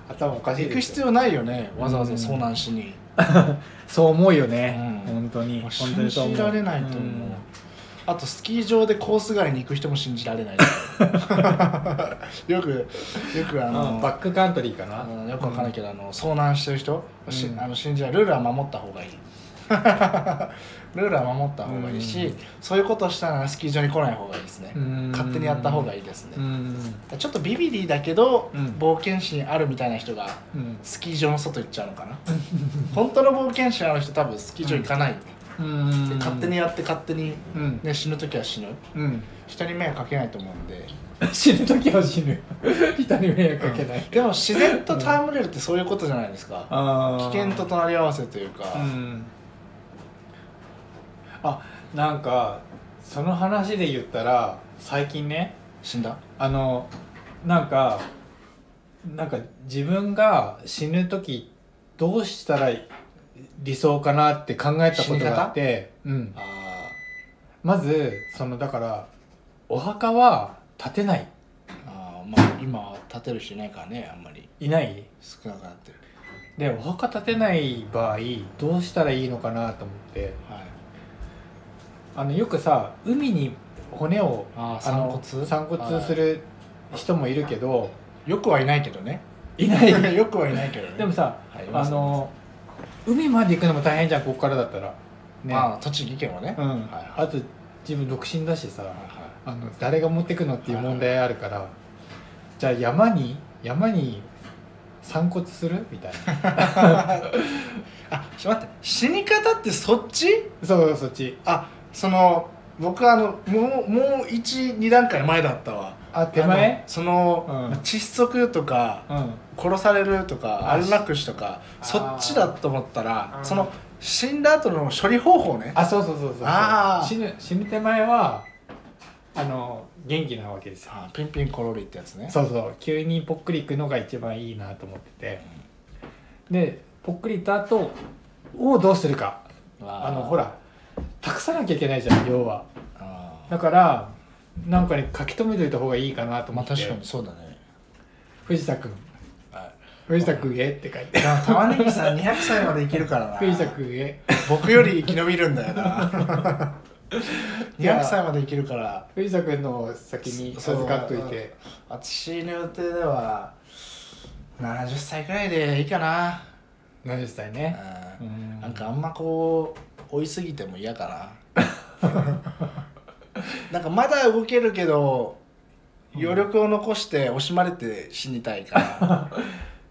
Speaker 1: 頭おかしい
Speaker 2: 行く必
Speaker 1: 要
Speaker 2: 要ないよねわざわざ
Speaker 1: うん
Speaker 2: 遭難しに、
Speaker 1: そう思うよね、
Speaker 2: うん
Speaker 1: 本当に
Speaker 2: もう
Speaker 1: 本当にそう思
Speaker 2: 信
Speaker 1: う
Speaker 2: じられないと思う、
Speaker 1: ん
Speaker 2: あとスキー場でコース外に行く人も信じられないよくよくあの、
Speaker 1: うんバックカントリーかな、
Speaker 2: あのよくわかんないけど、あの遭難してる人、し
Speaker 1: うん
Speaker 2: あの信じられるルールは守った方がいい ルールは守った方がいいし、
Speaker 1: うん
Speaker 2: そういうことしたらスキー場に来ない方がいいですね、
Speaker 1: うん
Speaker 2: 勝手にやった方がいいですね
Speaker 1: う、ん
Speaker 2: ちょっとビビリだけど、
Speaker 1: うん
Speaker 2: 冒険心あるみたいな人が
Speaker 1: うん
Speaker 2: スキー場の外行っちゃうのかな 本当の冒険心ある人多分スキー場行かない、
Speaker 1: うん
Speaker 2: で勝手にやって勝手に、
Speaker 1: うん
Speaker 2: ね、死ぬ時は死ぬ
Speaker 1: うん
Speaker 2: 人に迷惑かけないと思うんで
Speaker 1: 死ぬ時は死ぬ 人に迷惑かけない、
Speaker 2: でも自然と戯れるってそういうことじゃないですか、
Speaker 1: あー
Speaker 2: 危険と隣り合わせというか、
Speaker 1: うんあなんかその話で言ったら最近ね
Speaker 2: 死んだ
Speaker 1: あのなんかなんか自分が死ぬ時どうしたら理想かなって考えたことがあって、うん、
Speaker 2: あ
Speaker 1: まずそのだからお墓は建てない
Speaker 2: ーあーまあ今は立てる人いないからねあんまり
Speaker 1: いない
Speaker 2: 少なくなってる
Speaker 1: でお墓建てない場合どうしたらいいのかなと思って
Speaker 2: はい
Speaker 1: あのよくさ海に骨を
Speaker 2: あー
Speaker 1: あの
Speaker 2: 散
Speaker 1: 散
Speaker 2: 骨
Speaker 1: 骨する人もいるけど
Speaker 2: よくはいないけどね
Speaker 1: い ない
Speaker 2: よくはいないけどね
Speaker 1: でもさ
Speaker 2: はい
Speaker 1: あの海まで行くのも大変じゃんここからだったらね
Speaker 2: まあ栃木県はね、
Speaker 1: うん
Speaker 2: はい
Speaker 1: あと自分独身だしさ
Speaker 2: はいはい
Speaker 1: あの誰が持ってくのっていう問題あるから、じゃあ山に山に散骨するみたいな
Speaker 2: あちょ待って死に方ってそっち
Speaker 1: そうそっち
Speaker 2: あその僕はあのもうもう12段階前だったわ
Speaker 1: あ手前
Speaker 2: あのその、
Speaker 1: うん
Speaker 2: 窒息とか
Speaker 1: うん
Speaker 2: 殺されるとか
Speaker 1: あ
Speaker 2: 安楽死とか
Speaker 1: あ
Speaker 2: そっちだと思ったら
Speaker 1: あー
Speaker 2: その死んだ後の処理方法ね
Speaker 1: あそうそうそうそうそう
Speaker 2: あー
Speaker 1: 死ぬ死ぬ手前はあの元気なわけですよ
Speaker 2: あーピンピンコロリってやつね
Speaker 1: そうそう急にぽっくりいくのが一番いいなと思っててでぽっくりいった後をどうするかあのほら託さなきゃいけないじゃん要は
Speaker 2: あー
Speaker 1: だからなんかね書き留めといた方がいいかなと思
Speaker 2: まあ
Speaker 1: って、
Speaker 2: 確かにそうだね
Speaker 1: 藤田君
Speaker 2: はい
Speaker 1: 藤田君へって書いて
Speaker 2: でも玉ねぎさん200歳までいけるから な
Speaker 1: 藤田君へ
Speaker 2: 僕より生き延びるんだよな
Speaker 1: いや
Speaker 2: 200歳までいけるから
Speaker 1: 藤田君の先に授かっといて
Speaker 2: 私の予定では70歳くらいでいいかな、
Speaker 1: 70歳ね
Speaker 2: う
Speaker 1: うんん
Speaker 2: なんかあんまこう追いすぎても嫌か ななんかまだ動けるけど余力を残して惜しまれて死にた いから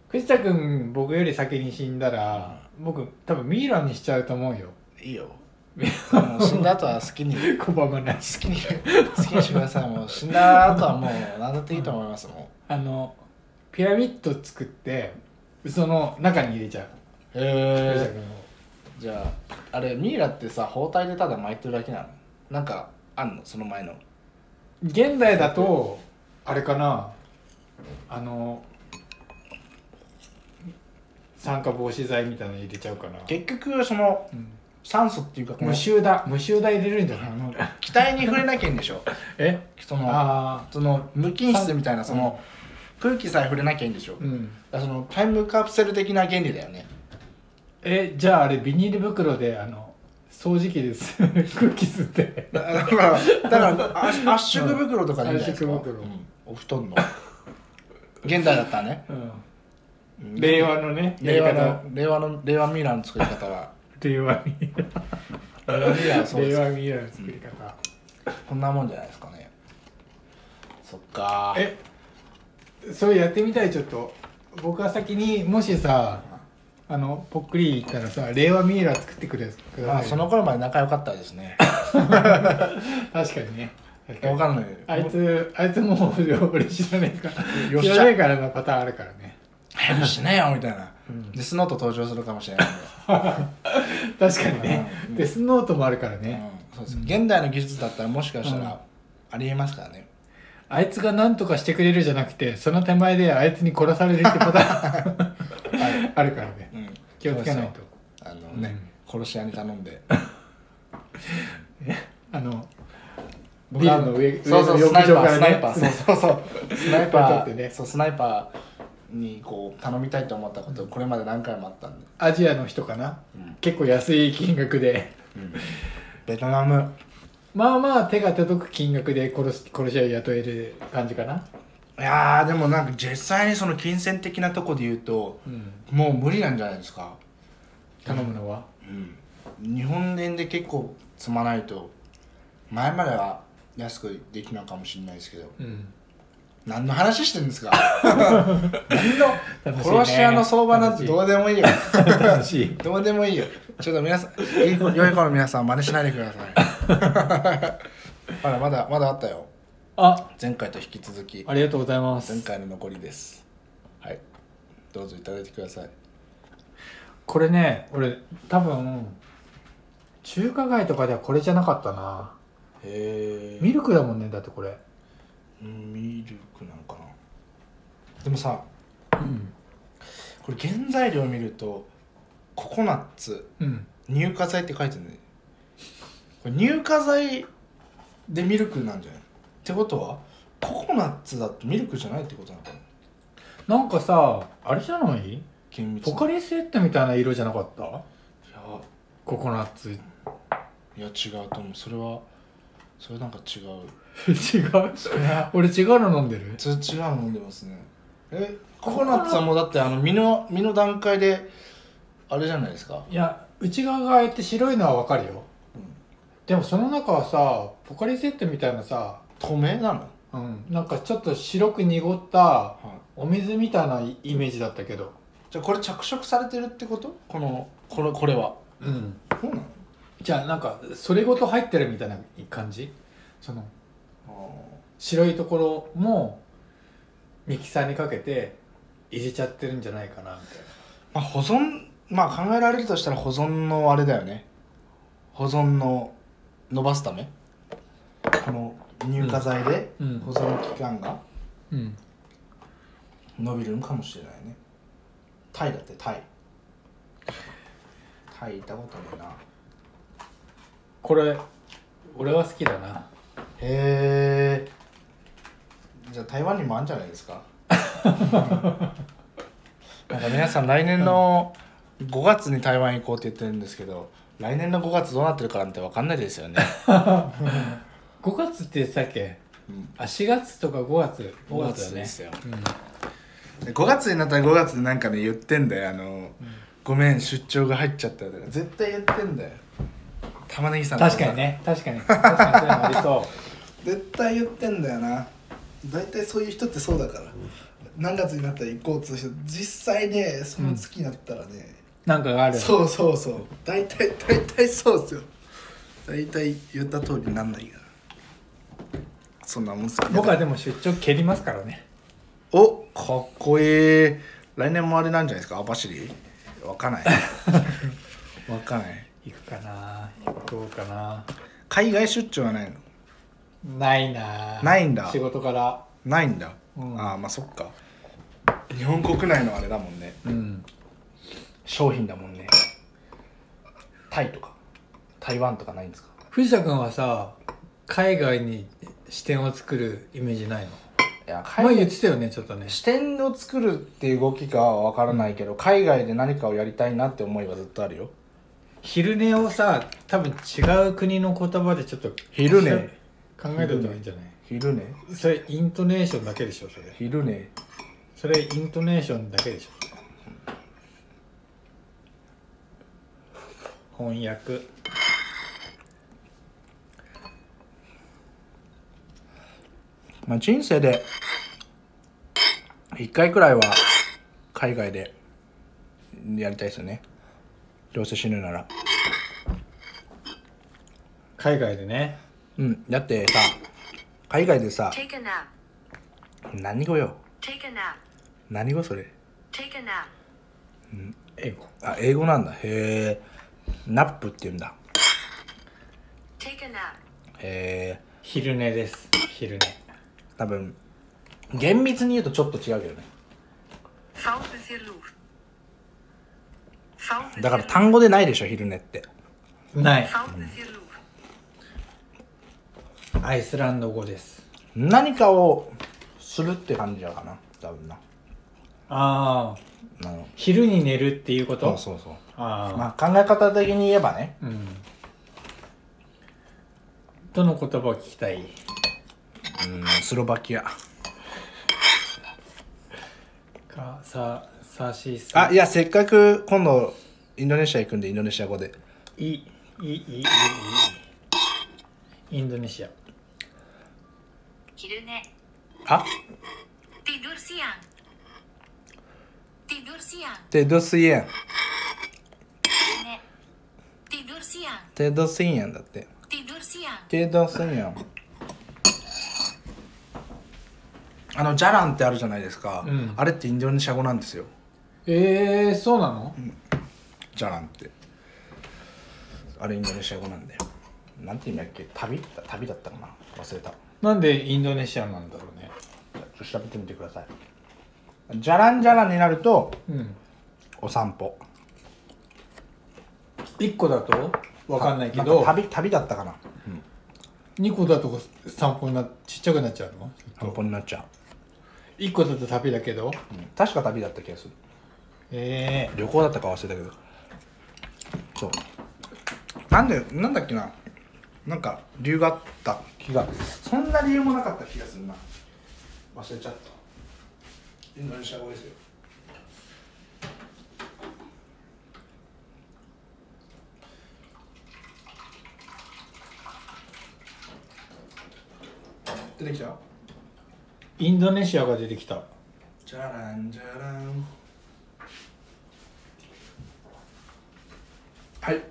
Speaker 1: 藤田君僕より先に死んだら、僕多分ミイラにしちゃうと思うよ
Speaker 2: いいよもう死んだ後は好きに好
Speaker 1: 拒まない
Speaker 2: きに好きにしてくださいもう死んだ後はもう何だっていいと思いますもん
Speaker 1: あのピラミッド作ってその中に入れちゃう、
Speaker 2: へ
Speaker 1: 藤田
Speaker 2: え
Speaker 1: 君を
Speaker 2: じゃああれミイラってさ包帯でただ巻いてるだけなのなんかあんのその前の
Speaker 1: 現代だとあれかなあの酸化防止剤みたいなの入れちゃうかな、
Speaker 2: 結局その
Speaker 1: うん
Speaker 2: 酸素っていうかこの
Speaker 1: 無臭だ無臭だ入れるんじゃないの
Speaker 2: 気体に触れなきゃいいんでしょ
Speaker 1: え
Speaker 2: その
Speaker 1: あ
Speaker 2: その無菌室みたいなその空気さえ触れなきゃいいんでしょ、
Speaker 1: あうん
Speaker 2: だからそのタイムカプセル的な原理だよね
Speaker 1: えじゃああれビニール袋であの掃除機です 空気吸って
Speaker 2: だだからだから圧圧縮袋とかでいいんじゃないですか、
Speaker 1: 圧縮袋
Speaker 2: うんお布団の現代だったらね
Speaker 1: うん令和のね
Speaker 2: 令和の令和の令和ミイラの作り方は
Speaker 1: 令和に
Speaker 2: 令和ミイラはそうで
Speaker 1: 令
Speaker 2: す
Speaker 1: 和ミイラの作り方、
Speaker 2: こんなもんじゃないですかねそっか
Speaker 1: えそれやってみたいちょっと僕は先にもしさあのぽっくり言ったらさ令和ミイラ作ってくれください
Speaker 2: まあその頃まで仲良かったですね
Speaker 1: 確かにね確か
Speaker 2: わ
Speaker 1: に
Speaker 2: かんない
Speaker 1: あいつあいつもう料理知らねえから
Speaker 2: よっし
Speaker 1: 知
Speaker 2: ゃ
Speaker 1: らねえからのパターンあるからね
Speaker 2: 早くしなよみたいな、
Speaker 1: うん
Speaker 2: デスノート登場するかもしれないんで
Speaker 1: 確かにね
Speaker 2: うん
Speaker 1: デスノートもあるからね
Speaker 2: うんそうです現代の技術だったらもしかしたらありえますからね、
Speaker 1: あいつが何とかしてくれるじゃなくてその手前であいつに殺されるってパターン あるからね
Speaker 2: うん
Speaker 1: 気をつけないと
Speaker 2: そうそうあのね、殺し屋に頼んで
Speaker 1: あの
Speaker 2: 僕は
Speaker 1: ビルの上上
Speaker 2: そうそう
Speaker 1: の
Speaker 2: スナイ
Speaker 1: 浴
Speaker 2: パ
Speaker 1: 場
Speaker 2: ー、
Speaker 1: からね
Speaker 2: スナイパーそうそう そうスナイ
Speaker 1: こう
Speaker 2: パ
Speaker 1: やっ
Speaker 2: ー
Speaker 1: てね
Speaker 2: そうスナイパーにこう頼みたいと思ったことこれまで何回もあったんで、
Speaker 1: アジアの人かな結構安い金額で
Speaker 2: ベトナム
Speaker 1: まあまあ手が届く金額で殺し殺し屋雇える感じかな、
Speaker 2: いやーでもなんか実際にその金銭的なとこで言うともう無理なんじゃないですか、
Speaker 1: 頼むのは、
Speaker 2: 日本円で結構積まないと前までは安くできるのかもしれないですけど何の話してんですか
Speaker 1: 楽しいね
Speaker 2: 殺し屋の相場なんてどうでもいいよ
Speaker 1: 楽しい
Speaker 2: どうでもいいよちょっと皆さんいい子良い子の皆さん真似しないでください まだまだまだあったよ
Speaker 1: あ
Speaker 2: 前回と引き続き
Speaker 1: ありがとうございます
Speaker 2: 前回の残りですはいどうぞいただいてください
Speaker 1: これね俺多分中華街とかではこれじゃなかったな
Speaker 2: へ
Speaker 1: ミルクだもんねだってこれ、
Speaker 2: ミルクなのかなでもさこれ原材料見るとココナッツ
Speaker 1: うん、
Speaker 2: 乳化剤って書いてるねこれ乳化剤でミルクなんじゃないってことはココナッツだとミルクじゃないってことなのかな
Speaker 1: なんかさあれじゃない
Speaker 2: 厳密
Speaker 1: ポ
Speaker 2: に
Speaker 1: カリスエットみたいな色じゃなかったココナッツ
Speaker 2: いやいや違うと思うそれはそれなんか違う
Speaker 1: 違う俺違うの飲んでる
Speaker 2: それ違うの飲んでますねえココナッツはもうだってあの実の実の段階であれじゃないですか
Speaker 1: いや内側がああやって白いのはわかるよ、
Speaker 2: うん
Speaker 1: でもその中はさポカリスエットみたいなさ、
Speaker 2: 透明なの、は
Speaker 1: うん、なんかちょっと白く濁った
Speaker 2: い、
Speaker 1: お水みたいなイイメージだったけど
Speaker 2: じゃあこれ着色されてるってことこのこれこれは
Speaker 1: うん
Speaker 2: そうなの
Speaker 1: じゃあなんかそれごと入ってるみたいな感じその
Speaker 2: あ
Speaker 1: 白いところもミキサーにかけていじっちゃってるんじゃないかなみたいな
Speaker 2: まあ保存まあ考えられるとしたら保存のあれだよね保存の伸ばすためこの乳化剤で
Speaker 1: うん
Speaker 2: 保存期間が
Speaker 1: うん
Speaker 2: 伸びるのかもしれないねタイだってタイタイ行ったことねえな
Speaker 1: これ俺は好きだな
Speaker 2: へえじゃあ台湾にもあるんじゃないですか なんか皆さん来年の5月に台湾行こうって言ってるんですけど来年の5月どうなってるかなんて分かんないですよね、
Speaker 1: 5月って言ってたっけ
Speaker 2: うん、
Speaker 1: あ4月とか5月5
Speaker 2: 5
Speaker 1: 月だ
Speaker 2: 月
Speaker 1: ね
Speaker 2: ですよ
Speaker 1: うん
Speaker 2: 5月になったら5月でなんかね言ってんだよあの、ごめん出張が入っちゃったとか絶対言ってんだよ玉ねぎさんと
Speaker 1: 確かにね確かに確かにそういうのありそ
Speaker 2: 絶対言ってんだよな大体そういう人ってそうだから何月になったら行こうっつう人実際ねその月になったらね、
Speaker 1: うなんかがある
Speaker 2: そうそうそう大体大体そうですよ大体言った通りになんないからそんなもん好きだ
Speaker 1: 僕はでも出張蹴りますからね
Speaker 2: おかっこいい来年もあれなんじゃないですか網走わかんない わかんない
Speaker 1: 行くかな行こうかな
Speaker 2: 海外出張はないの
Speaker 1: ないな
Speaker 2: ないんだ
Speaker 1: 仕事から
Speaker 2: ないんだ、
Speaker 1: うん
Speaker 2: ああまあそっか日本国内のあれだもんね
Speaker 1: うん
Speaker 2: 商品だもんねタイとか台湾とかないんですか
Speaker 1: 藤田君はさ海外に視点を作るイメージないの
Speaker 2: いや海
Speaker 1: 前
Speaker 2: 外
Speaker 1: 言ってたよねちょっとね
Speaker 2: 視点を作るっていう動きかは分からないけど海外で何かをやりたいなって思いはずっとあるよ
Speaker 1: 昼寝をさ多分違う国の言葉でちょっと
Speaker 2: 昼寝
Speaker 1: 考えた方がいいんじゃない
Speaker 2: 昼寝
Speaker 1: それイントネーションだけでしょそれ
Speaker 2: 昼寝
Speaker 1: それイントネーションだけでしょ翻訳
Speaker 2: まあ人生で1回くらいは海外でやりたいですよねどうせ死ぬなら
Speaker 1: 海外でね
Speaker 2: うんだってさ海外でさ
Speaker 3: Take a nap.
Speaker 2: 何語よ
Speaker 3: Take a nap.
Speaker 2: 何語それ
Speaker 3: Take a nap.
Speaker 1: 英語
Speaker 2: あ英語なんだへえナップって言うんだ
Speaker 3: Take a nap.
Speaker 2: へえ
Speaker 1: 昼寝です昼寝
Speaker 2: 多分厳密に言うとちょっと違うけどね
Speaker 3: Fauche sie Luft. Fauche
Speaker 2: だから単語でないでしょ昼寝って
Speaker 1: ない
Speaker 3: ファウルフィルフ
Speaker 1: アイスランド語です
Speaker 2: 何かをするって感じだかな多分な
Speaker 1: ああ
Speaker 2: あの
Speaker 1: 昼に寝るっていうこと
Speaker 2: そうそうそう
Speaker 1: ああ、
Speaker 2: まあ考え方的に言えばね
Speaker 1: うんどの言葉を聞きたい
Speaker 2: うんスロバキア
Speaker 1: かささしさ
Speaker 2: あいやせっかく今度インドネシア行くんでインドネシア語で
Speaker 1: いいいいいいインドネシア
Speaker 3: 昼寝
Speaker 2: あ
Speaker 3: tidur siang tidur siang
Speaker 2: テドスイエン
Speaker 3: ne tidur siang
Speaker 2: テドスイエンだって
Speaker 3: tidur siang
Speaker 2: テドスイエンあのジャランってあるじゃないですか、
Speaker 1: うん
Speaker 2: あれってインドネシア語なんですよ
Speaker 1: えー、そうなの、
Speaker 2: ジャランってあれインドネシア語なんだよなんて意味だっけ旅旅だったかな忘れた
Speaker 1: なんでインドネシアなんだろうね
Speaker 2: ちょっと調べてみてくださいじゃらんじゃらんになると
Speaker 1: うん
Speaker 2: お散歩
Speaker 1: 1個だとわかんないけど
Speaker 2: んか旅旅だったかな
Speaker 1: 2個だと散歩になちっちゃくなっちゃうの
Speaker 2: 散歩になっちゃ
Speaker 1: 1個だと旅だけど
Speaker 2: う、うん確か旅だった気がする
Speaker 1: え
Speaker 2: 旅行だったか忘れたけどそうなんでなんだっけななんか理由があった気がそんな理由もなかった気がするな忘れちゃったインドネシア語ですよ出てきた
Speaker 1: ー、インドネシアが出てきた
Speaker 2: じゃらんじゃらんはい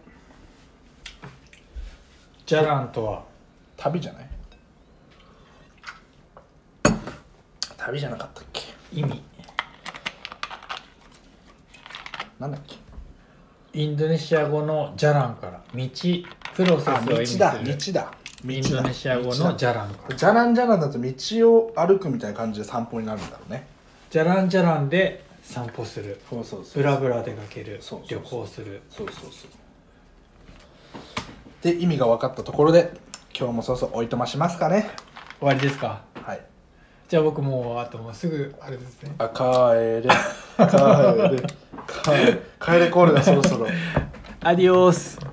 Speaker 1: ジャランとは
Speaker 2: 旅じゃない旅じゃなかったっけ
Speaker 1: 意味
Speaker 2: なんだっけ
Speaker 1: インドネシア語のジャランから道プロセスを
Speaker 2: あ
Speaker 1: 意
Speaker 2: 道
Speaker 1: 味する
Speaker 2: だ道だ
Speaker 1: インドネシア語のジャランから
Speaker 2: じゃらんじゃらんだと道を歩くみたいな感じで散歩になるんだろうね
Speaker 1: ジャランジャランで散歩する
Speaker 2: そうそう
Speaker 1: ブラブラ出かける
Speaker 2: そうそうそう
Speaker 1: 旅行する
Speaker 2: そうそうそうで意味が分かったところで今日もそうそうおいとましますかね
Speaker 1: 終わりですか
Speaker 2: はい
Speaker 1: じゃあ僕もうあともうすぐあれですね
Speaker 2: あ帰れ帰れ帰れ帰れコールだそろそろ
Speaker 1: アディオース